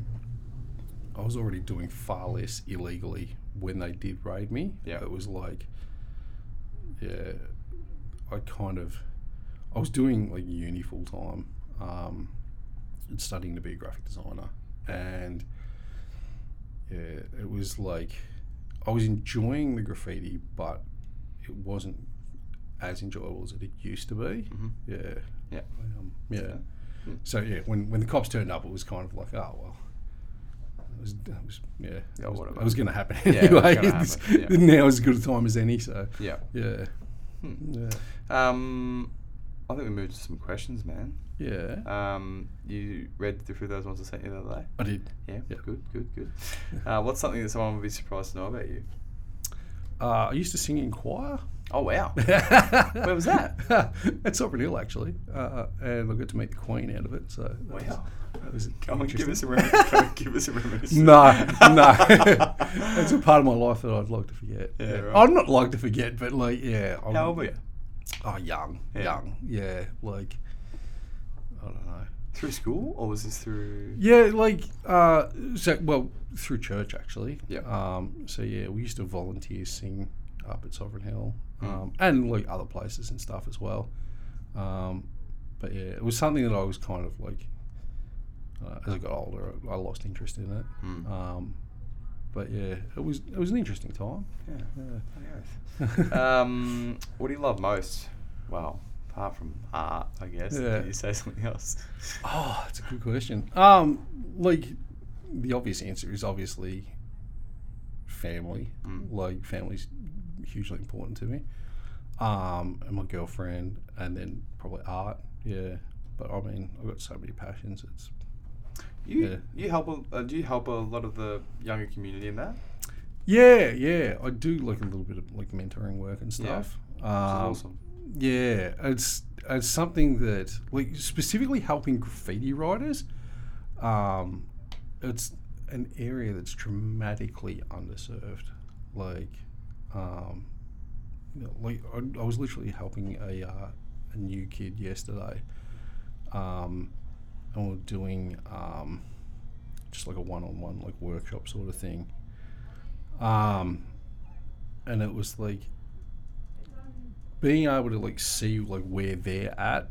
S7: I was already doing far less illegally when they did raid me.
S3: Yeah.
S7: it was like, yeah, I kind of, I was doing like uni full time, um, and studying to be a graphic designer, and yeah, it was like I was enjoying the graffiti, but it wasn't as enjoyable as it used to be. Yeah.
S3: Mm-hmm. Yeah. Hmm.
S7: Um, yeah. So yeah, when when the cops turned up, it was kind of like, oh well. It was, it was yeah, it
S3: Yeah,
S7: was,
S3: whatever.
S7: it was going to happen
S3: Yeah, it was
S7: anyway.
S3: gonna
S7: It's-
S3: happen, yeah.
S7: Now is as good a time as any. So
S3: Yeah.
S7: yeah.
S3: Hmm.
S7: Yeah.
S3: Um, I think we moved to some questions, man.
S7: Yeah.
S3: Um, you read through those ones I sent you the other day.
S7: I did.
S3: Yeah,
S7: Yeah.
S3: good, good, good. Uh, what's something that someone would be surprised to know about you?
S7: Uh, I used to sing in choir.
S3: Oh wow!
S7: Where
S3: was that?
S7: At Sovereign Hill, actually. Uh, and I got to meet the Queen out of it. So that was-
S3: Wow.
S7: that was
S3: Go on, give us a
S7: interesting.
S3: rem- go and give us a reminiscence.
S7: No, no. it's a part of my life that I'd like to forget.
S3: Yeah, right.
S7: I'd not like to forget, but like, yeah. I'm,
S3: How old were you?
S7: Oh, young,
S3: Yeah.
S7: young. Yeah, like, I don't know.
S3: Through school, or was this through?
S7: Yeah, like uh, so, well through church actually.
S3: Yeah.
S7: Um, so yeah, we used to volunteer sing up at Sovereign Hill, um, and like other places and stuff as well. Um, but yeah, it was something that I was kind of like uh, as I got older, I lost interest in it. Um, but yeah, it was it was an interesting time.
S3: Um, what do you love most? Well, apart from art, I guess.
S7: Yeah.
S3: Did you say something else?
S7: Oh, that's a good question. Um, like the obvious answer is obviously family. Like family's hugely important to me. Um, and my girlfriend, and then probably art. Yeah, but I mean, I've got so many passions. It's
S3: You
S7: Yeah.
S3: you help a, uh, do you help a lot of the younger community in that?
S7: yeah, yeah. I do like a little bit of like mentoring work and
S3: Yeah.
S7: stuff.
S3: Which is
S7: Um,
S3: awesome.
S7: Yeah, it's it's something that like specifically helping graffiti writers. Um, it's an area that's dramatically underserved. Like, um, you know, like I, I was literally helping a uh, a new kid yesterday. Um, and we we're doing um, just like a one-on-one like workshop sort of thing. Um, and it was like being able to like see like where they're at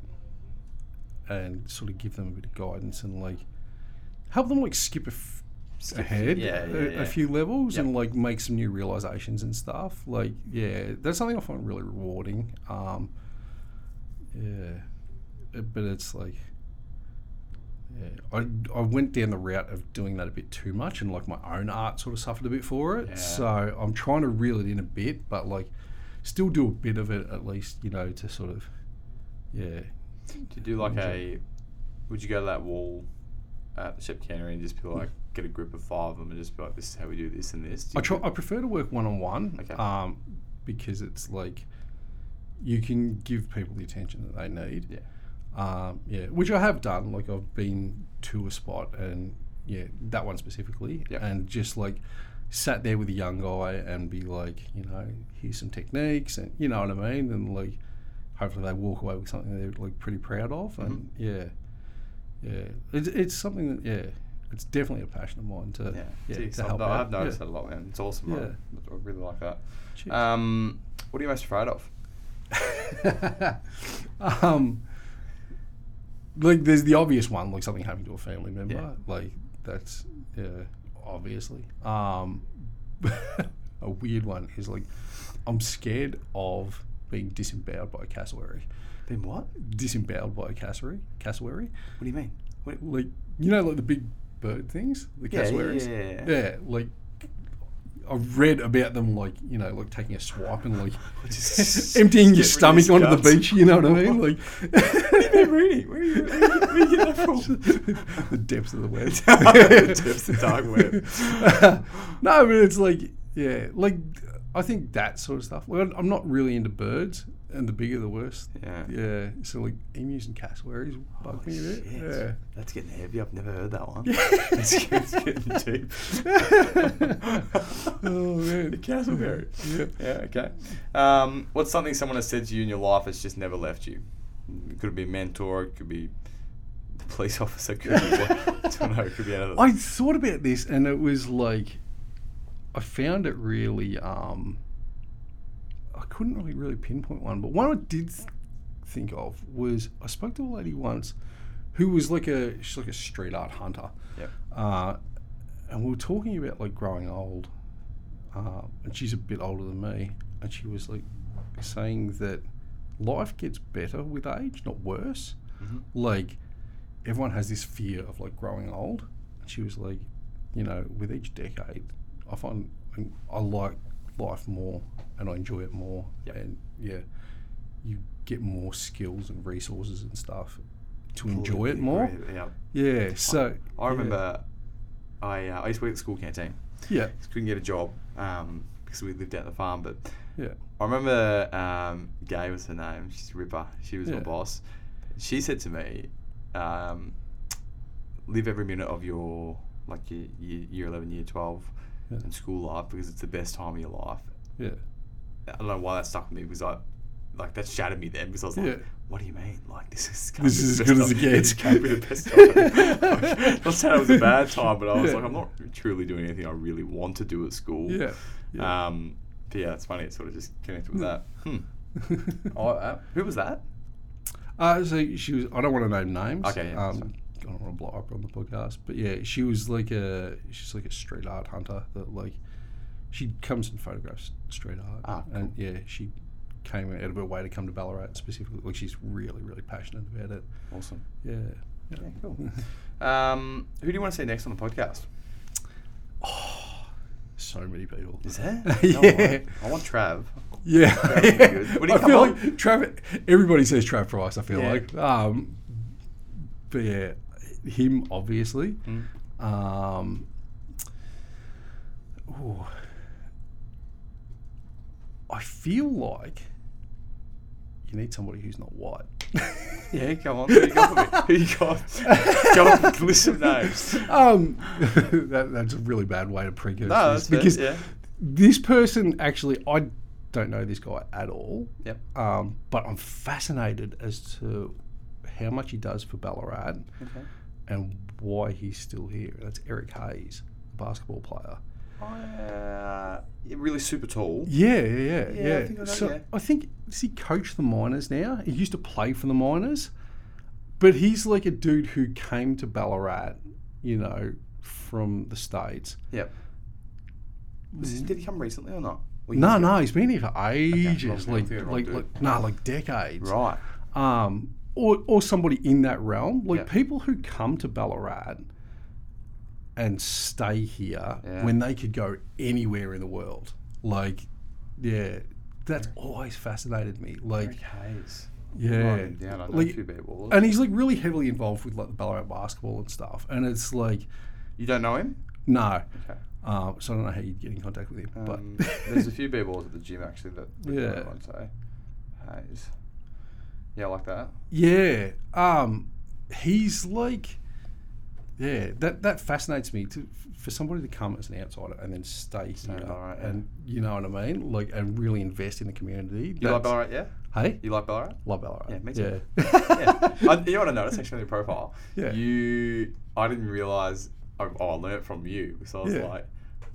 S7: and sort of give them a bit of guidance and like help them like skip a f- ahead
S3: yeah, yeah,
S7: a,
S3: yeah.
S7: a few levels and like make some new realizations and stuff like yeah that's something i find really rewarding um yeah It- but it's like yeah, I, I went down the route of doing that a bit too much and like my own art sort of suffered a bit for it. So I'm trying to reel it in a bit, but like still do a bit of it at least, you know, to sort of, yeah.
S3: Do you do like a? Would you go to that wall at the ship cannery and just be like, get a group of five of them and just be like, this is how we do this and this? Do
S7: I
S3: you
S7: try,
S3: do-
S7: I prefer to work one on one
S3: Okay.
S7: because it's like you can give people the attention that they need.
S3: Yeah.
S7: Um, yeah, which I have done. Like I've been to a spot and yeah, that one specifically,
S3: Yep.
S7: and just like sat there with a young guy and be like, you know, here's some techniques, and you know what I mean, and like hopefully they walk away with something they're like pretty proud of, and yeah,
S3: Mm-hmm.
S7: yeah, it's, it's something that yeah, it's definitely a passion of mine to
S3: Yeah,
S7: yeah,
S3: Gee,
S7: to
S3: I've,
S7: help
S3: no-
S7: out.
S3: I've noticed
S7: yeah.
S3: that a lot, man. It's awesome. I-
S7: Yeah.
S3: I, really like that.
S7: Cheers.
S3: Um, what are you most afraid of?
S7: um, like there's the obvious one, like something happening to a family member,
S3: Yeah.
S7: like that's yeah, obviously. Um, a weird one is like I'm scared of being disemboweled by a cassowary.
S3: Been what? What
S7: Disemboweled by a cassowary, cassowary,
S3: do you mean? What,
S7: like you know, like the big bird things, the
S3: Yeah, yeah,
S7: cassowaries.
S3: yeah, yeah, yeah.
S7: yeah, like. I've read about them, like you know, like taking a swipe and like
S3: just
S7: emptying your
S3: get rid of
S7: stomach
S3: his
S7: onto the
S3: guts.
S7: beach. You know what I mean? Like,
S3: Where are you, where are you, where are you getting that from?
S7: the depths of the web.
S3: Depths of dark web.
S7: no, but it's like, yeah, like I think that sort of stuff. Like, I'm not really into birds, and the bigger the worse.
S3: Yeah.
S7: Yeah. Oh, So like emus and cassowaries bug me a bit. Yeah.
S3: That's getting heavy. I've never heard that one. it's, getting- it's getting deep.
S7: Oh man.
S3: The cassowary.
S7: Yeah.
S3: Yeah, okay. Um, what's something someone has said to you in your life that's just never left you? It could be a mentor, it could be the police officer, could be what, I don't know, it could be another.
S7: I thought about this, and it was like, I found it really. Um, I couldn't really really pinpoint one, but one I did th- think of was I spoke to a lady once who was like a she's like a street art hunter.
S3: Yep.
S7: Uh, and we were talking about like growing old, uh, and she's a bit older than me, and she was like saying that life gets better with age, not worse. Like everyone has this fear of like growing old. And she was like, you know, with each decade, I find I like life more and I enjoy it more.
S3: Yep.
S7: And yeah, you get more skills and resources and stuff to enjoy it more.
S3: Yeah.
S7: Yeah. So
S3: I remember I, uh, I used to work at the school canteen.
S7: Yeah.
S3: Couldn't get a job um, because we lived out the farm, but
S7: Yeah.
S3: I remember um, Gay was her name. She's Ripper. She was my
S7: Yeah.
S3: boss. She said to me, um, "Live every minute of your like your, your year eleven, year twelve,
S7: Yeah.
S3: and school life because it's the best time of your life."
S7: Yeah.
S3: I don't know why that stuck with me because I, like, that shattered me then because I was like,
S7: Yeah.
S3: "What do you mean? Like this is
S7: This is as good as it gets."
S3: It can't be the best time. not saying it was a bad time, but I was
S7: Yeah.
S3: like, I'm not truly doing anything I really want to do at school.
S7: Yeah. Yeah.
S3: Um, but yeah, it's funny. It sort of just connected with that. Hmm. Oh, uh, who was that?
S7: Uh, so she was. I don't want to name names.
S3: Okay, yeah, that's
S7: um, I don't want to blow up on the podcast, but yeah, she was like a she's like a street art hunter that like she comes and photographs street art,
S3: Ah,
S7: and yeah, she came out of her way to come to Ballarat specifically. Like she's really, really passionate about it.
S3: Awesome.
S7: Yeah. yeah.
S3: cool. Um, who do you want to see next on the podcast?
S7: So many people.
S3: there?
S7: Yeah.
S3: I want Trav.
S7: Yeah.
S3: would be good. Would he
S7: I
S3: come
S7: feel
S3: on?
S7: like Trav, everybody says Trav Price, I feel
S3: Yeah.
S7: like. Um, but yeah, him, obviously.
S3: Mm.
S7: Um, ooh. I feel like you need somebody who's not white.
S3: Yeah, come on. Who you got? Who you got? Go on, list some names.
S7: Um, that, that's a really bad way to precursor
S3: No,
S7: this
S3: Oh, that's fair,
S7: because
S3: yeah.
S7: this person actually, I don't know this guy at all.
S3: Yep.
S7: um, but I'm fascinated as to how much he does for Ballarat and why he's still here. That's Eric Hayes, the basketball player.
S3: Uh, yeah, really super tall.
S7: Yeah, yeah, yeah.
S3: Yeah, I think I know,
S7: so
S3: yeah.
S7: I think does he coach the miners now? He used to play for the miners, but he's like a dude who came to Ballarat, you know, from the states.
S3: Yep. Was this, did he come recently or not? Well,
S7: No,
S3: he's-
S7: no, he's been here for ages,
S3: wrong
S7: like,
S3: dude, wrong
S7: like,
S3: dude.
S7: like, no, like decades.
S3: Right.
S7: um, or, or somebody in that realm. Like
S3: Yeah.
S7: people who come to Ballarat and stay here
S3: Yeah.
S7: when they could go anywhere in the world. Like, yeah, that's always fascinated me. Like,
S3: Hayes.
S7: yeah,
S3: Yeah, I know
S7: like, uh,
S3: a few people.
S7: and he's like really heavily involved with like the Ballarat basketball and stuff. And it's like,
S3: you don't know him?
S7: no,
S3: Okay.
S7: um, so I don't know how you'd get in contact with him,
S3: Um,
S7: but
S3: there's a few b-balls at the gym actually that
S7: Yeah.
S3: yeah. I'd say. Hayes. Yeah, I like that.
S7: Yeah. Um, he's like, yeah, that, that fascinates me to, for somebody to come as an outsider and then stay here.
S3: in Ballarat, yeah.
S7: And you know what I mean? Like, and really invest in the community.
S3: You like
S7: That's-
S3: Ballarat, yeah?
S7: Hey?
S3: You like Ballarat?
S7: Love Ballarat.
S3: Yeah, me too.
S7: Yeah.
S3: yeah. I, you know what I noticed actually on your profile?
S7: Yeah.
S3: You, I didn't realise, oh, oh, I learned it from you. So I was
S7: Yeah.
S3: like,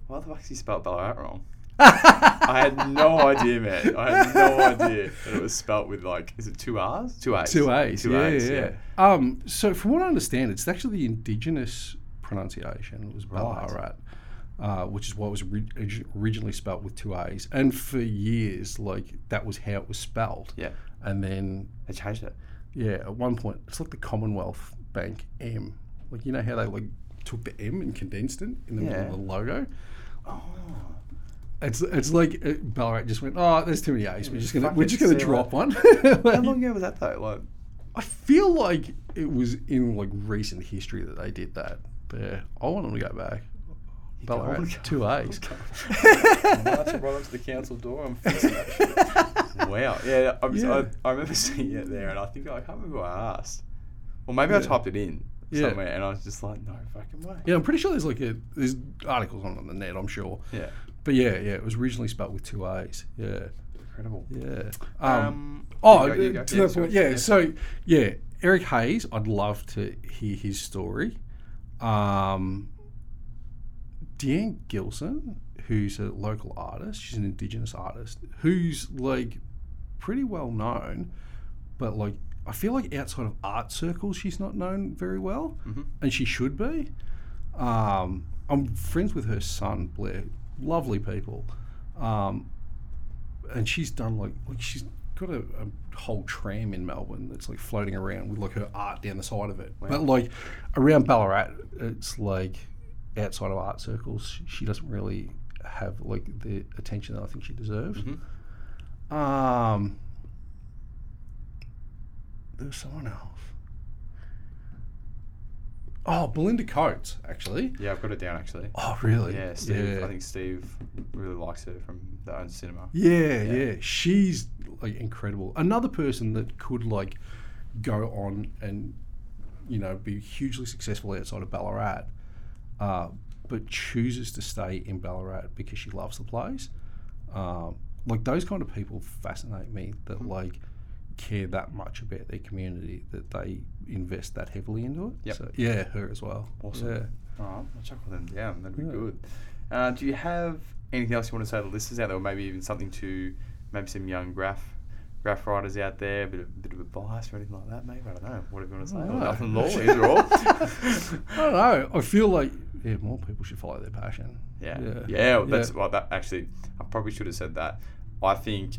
S3: why the fuck's he spelt Ballarat wrong? I had no idea, man. I had no idea that it was spelt with like, is it two R's? Two A's.
S7: Two A's.
S3: Two
S7: yeah,
S3: A's,
S7: yeah. yeah. Um, so from what I understand, it's actually the indigenous pronunciation was Ballarat, uh, which is what was ri- origi- originally spelt with two A's. And for years, like that was how it was spelled.
S3: Yeah.
S7: And then,
S3: They changed it.
S7: yeah, at one point, it's like the Commonwealth Bank M. Like you know how they like took the M and condensed it in the middle
S3: Yeah.
S7: of the logo. Oh. It's, it's like uh, Ballarat just went oh there's too many A's we're just gonna
S3: Fuck
S7: we're
S3: it,
S7: just gonna
S3: see you
S7: drop one.
S3: How long ago was that though? Like,
S7: I feel like it was in like recent history that they did that. But yeah, I want them to go back. Ballarat,
S3: can't.
S7: two A's.
S3: march right up to the council door. I'm fixing that shit. Wow. Yeah, yeah, I'm, so-
S7: Yeah.
S3: I, I remember seeing it there, and I think I can't remember who I asked. Well, maybe I typed it in
S7: Yeah.
S3: somewhere, and I was just like, no fucking way.
S7: Yeah, I'm pretty sure there's like a there's articles on it on the net. I'm sure.
S3: Yeah.
S7: But yeah, yeah, it was originally spelled with two A's. Yeah,
S3: Incredible.
S7: yeah. Um,
S3: Um,
S7: oh,
S3: you go, you go.
S7: uh, to
S3: Yeah,
S7: that
S3: sorry.
S7: point. Yeah, So yeah, Eric Hayes. I'd love to hear his story. Um, Deanne Gilson, who's a local artist. She's an Indigenous artist who's like pretty well known, but like I feel like outside of art circles, she's not known very well,
S3: Mm-hmm.
S7: and she should be. Um, I'm friends with her son Blair. Lovely people, um, and she's done like, like she's got a, a whole tram in Melbourne that's like floating around with like her art down the side of it. But like around Ballarat, it's like outside of art circles, she doesn't really have like the attention that I think she deserves. Um, there's someone else. Oh, Belinda Coates, actually.
S3: Yeah, I've got it down actually.
S7: Oh, really?
S3: Yeah, Steve.
S7: Yeah.
S3: I think Steve really likes her from the own cinema.
S7: Yeah, yeah, She's like incredible. Another person that could like go on and you know be hugely successful outside of Ballarat, uh, but chooses to stay in Ballarat because she loves the place. Um, like those kind of people fascinate me.
S3: Mm-hmm.
S7: That like care that much about their community that they invest that heavily into it.
S3: Yep.
S7: So, yeah, her as well.
S3: Awesome.
S7: Yeah.
S3: All right, I'll chuckle them down. That'd be good. Uh, do you have anything else you want to say to the listeners out there, or maybe even something to maybe some young graph graph writers out there, a bit of, bit of advice or anything like that, maybe? I don't know. Whatever you want to say. Or
S7: know.
S3: nothing at all, either or.
S7: I don't know. I feel like yeah, more people should follow their passion.
S3: Yeah.
S7: Yeah.
S3: Yeah. well, that's well. That actually, I probably should have said that. I think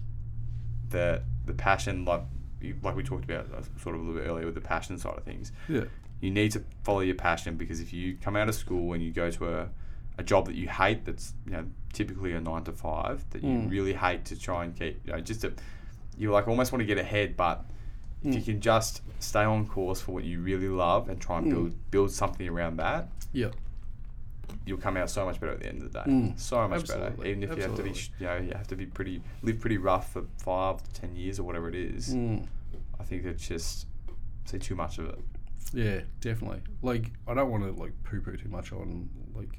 S3: that the passion, like you- like we talked about, uh, sort of a little bit earlier with the passion side of things,
S7: Yeah.
S3: you need to follow your passion because if you come out of school and you go to a, a job that you hate, that's you know typically a nine to five that you really hate to try and keep, you know, just to, you like almost want to get ahead, but if you can just stay on course for what you really love and try and build build something around that,
S7: Yeah.
S3: you'll come out so much better at the end of the day. So much better.
S7: Mm. Absolutely,
S3: Even if you have to be,
S7: absolutely.
S3: sh- you know, you have to be pretty, live pretty rough for five to ten years or whatever it is.
S7: Mm.
S3: I think it's just see too much of it.
S7: Yeah, definitely. Like, I don't want to like poo-poo too much on like,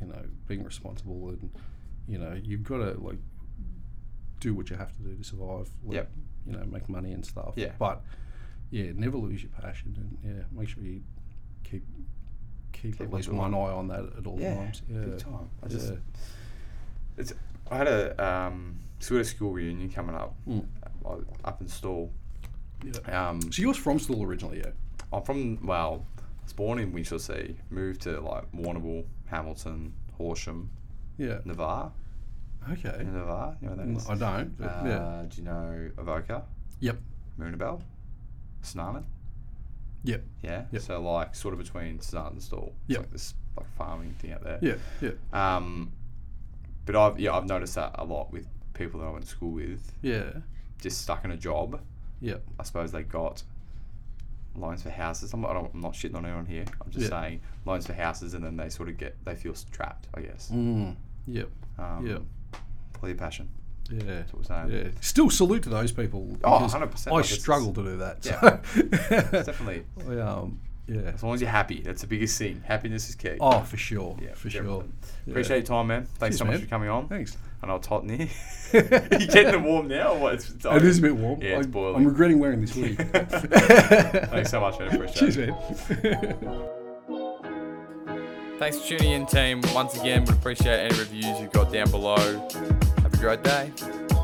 S7: you know, being responsible and, you know, you've got to like do what you have to do to survive. Like,
S3: Yep.
S7: You know, make money and stuff.
S3: Yeah.
S7: But yeah, never lose your passion and yeah, make sure you keep keep, at
S3: on
S7: least
S3: the
S7: one eye on that at all times. Yeah.
S3: big time. I just,
S7: Yeah.
S3: it's. I had a um, sort of school reunion coming up,
S7: Mm.
S3: uh, up in Stall. Yeah. Um,
S7: So you're from Stool originally, yeah?
S3: I'm from well, I was born in Winchelsea, moved to like Warrnambool, Hamilton, Horsham,
S7: Yeah.
S3: Navarre,
S7: Okay. Mm,
S3: Navarre. You know what that is?
S7: I don't. But yeah.
S3: Uh, do you know Avoca?
S7: Yep.
S3: Moonabel, Snarman.
S7: Yep.
S3: Yeah.
S7: Yep.
S3: So like sort of between Snart and Stall. It's
S7: Yep.
S3: Like this like farming thing out there.
S7: Yeah. Yeah.
S3: Um, but I've yeah I've noticed that a lot with people that I went to school with,
S7: Yeah.
S3: just stuck in a job.
S7: Yep.
S3: I suppose they got loans for houses. I'm, I don't, I'm not shitting on anyone here. I'm just
S7: Yeah.
S3: saying loans for houses, and then they sort of get they feel trapped. I guess.
S7: Mm. Yep.
S3: Um,
S7: Yep.
S3: Follow your passion.
S7: Yeah.
S3: That's what I'm saying.
S7: Yeah. Still salute to those people.
S3: Um, Oh,
S7: because
S3: 100%,
S7: I
S3: like, it's-
S7: struggle to do that.
S3: Yeah.
S7: so.
S3: Definitely.
S7: I, um, yeah.
S3: As long as you're happy, that's the biggest thing. Happiness is key.
S7: Oh, for sure.
S3: Yeah,
S7: for sure.
S3: definitely.
S7: Yeah.
S3: Appreciate your time, man.
S7: Cheers,
S3: Thanks so much
S7: man.
S3: for coming on.
S7: Thanks.
S3: I know it's hot in here. you getting it warm now? Or what? It's, it's
S7: It is a bit warm.
S3: Yeah, it's
S7: I,
S3: boiling.
S7: I'm regretting wearing this wig.
S3: Thanks so much, man. Appreciate it.
S7: Cheers, man.
S1: Thanks for tuning in, team. Once again, would appreciate any reviews you've got down below. Have a great day.